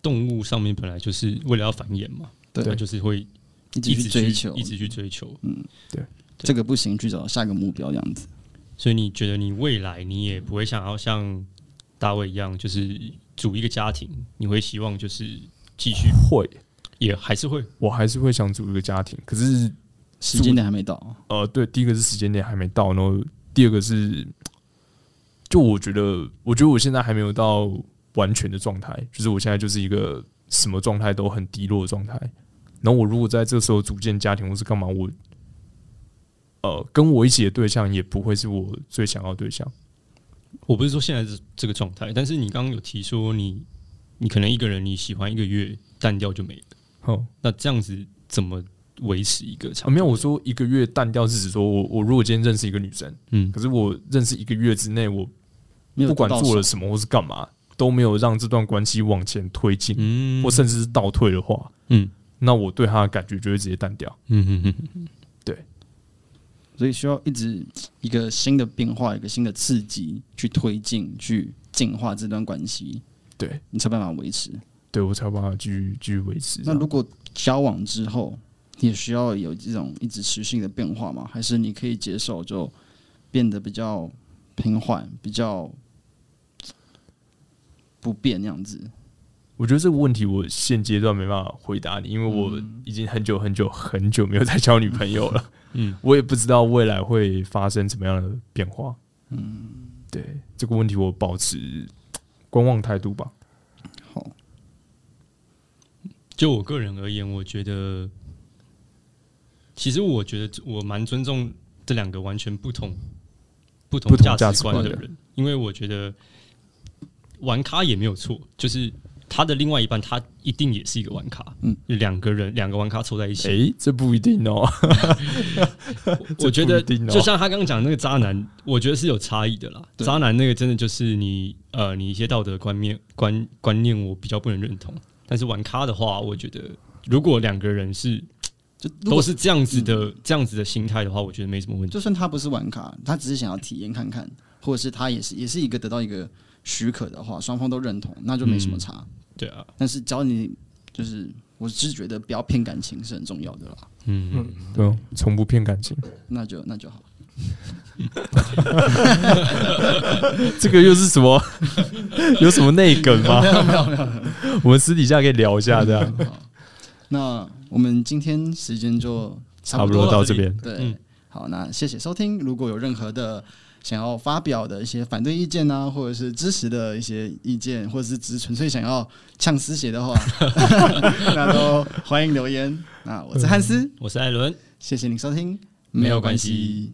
动物上面本来就是为了要繁衍嘛，对它就是会一直一直去追求，一直去追求。这个不行，去找下一个目标这样子。所以你觉得你未来你也不会想要像大卫一样，就是组一个家庭，你会希望就是继 续会，也还是会我还是会想组一个家庭，可是时间点还没到，呃，对，第一个是时间点还没到，然后第二个是，就我觉得，我觉得我现在还没有到完全的状态，就是我现在就是一个什么状态都很低落的状态。然后我如果在这时候组建家庭或是干嘛，我呃，跟我一起的对象也不会是我最想要的对象。我不是说现在是这个状态，但是你刚刚有提说你，你可能一个人你喜欢一个月淡掉就没了，哦、那这样子怎么维持一个长、啊，没有，我，说一个月淡掉是指说我我如果今天认识一个女生，嗯，可是我认识一个月之内，我没有不管到做了手什么或是干嘛，都没有让这段关系往前推进，嗯，或甚至是倒退的话，嗯那我对他的感觉就会直接淡掉。嗯嗯嗯嗯，所以需要一直一个新的变化，一个新的刺激去推进、去进化这段关系，对，你才有办法维持。对我才有办法继续继续维持这那样。如果交往之后，也需要有这种一直持续的变化吗？还是你可以接受就变得比较平缓、比较不变那样子？我觉得这个问题我现阶段没办法回答你，因为我嗯已经很久很久很久没有再交女朋友 了。嗯，我也不知道未来会发生怎么样的变化。嗯，对这个问题我保持观望态度吧。好，就我个人而言，我觉得，其实我觉得我蛮尊重这两个完全不同、不同不同价价值值观观的的人，因为我觉得玩咖也没有错，就是他的另外一半，他一定也是一个玩咖，嗯，两个人两个玩咖凑在一起，诶、这不一定哦。我觉得这不一定哦就像他刚刚讲的那个渣男，我觉得是有差异的啦。对渣男那个真的就是你呃，你一些道德观念观观念我比较不能认同，但是玩咖的话，我觉得如果两个人是就都如果是这样子的、这样子的心态的话，我觉得没什么问题。就算他不是玩卡，他只是想要体验看看，或者是他也是也是一个得到一个许可的话，双方都认同，那就没嗯什么差。对啊，但是只要你就是，我只是觉得不要骗感情是很重要的啦，嗯，对哦，从不骗感情，那就那就好。这个又是什么？ 有什么内梗吗？没有没有没有，我们私底下可以聊一下，这样好，那我们今天时间就差差不不多多到这边。对，嗯好，那谢谢收听。如果有任何的想要发表的一些反对意见啊，或者是支持的一些意见，或者是只是纯粹想要呛私血 的话，那都欢迎留言。那我是汉斯，我是艾伦。谢谢你收听，没有关系。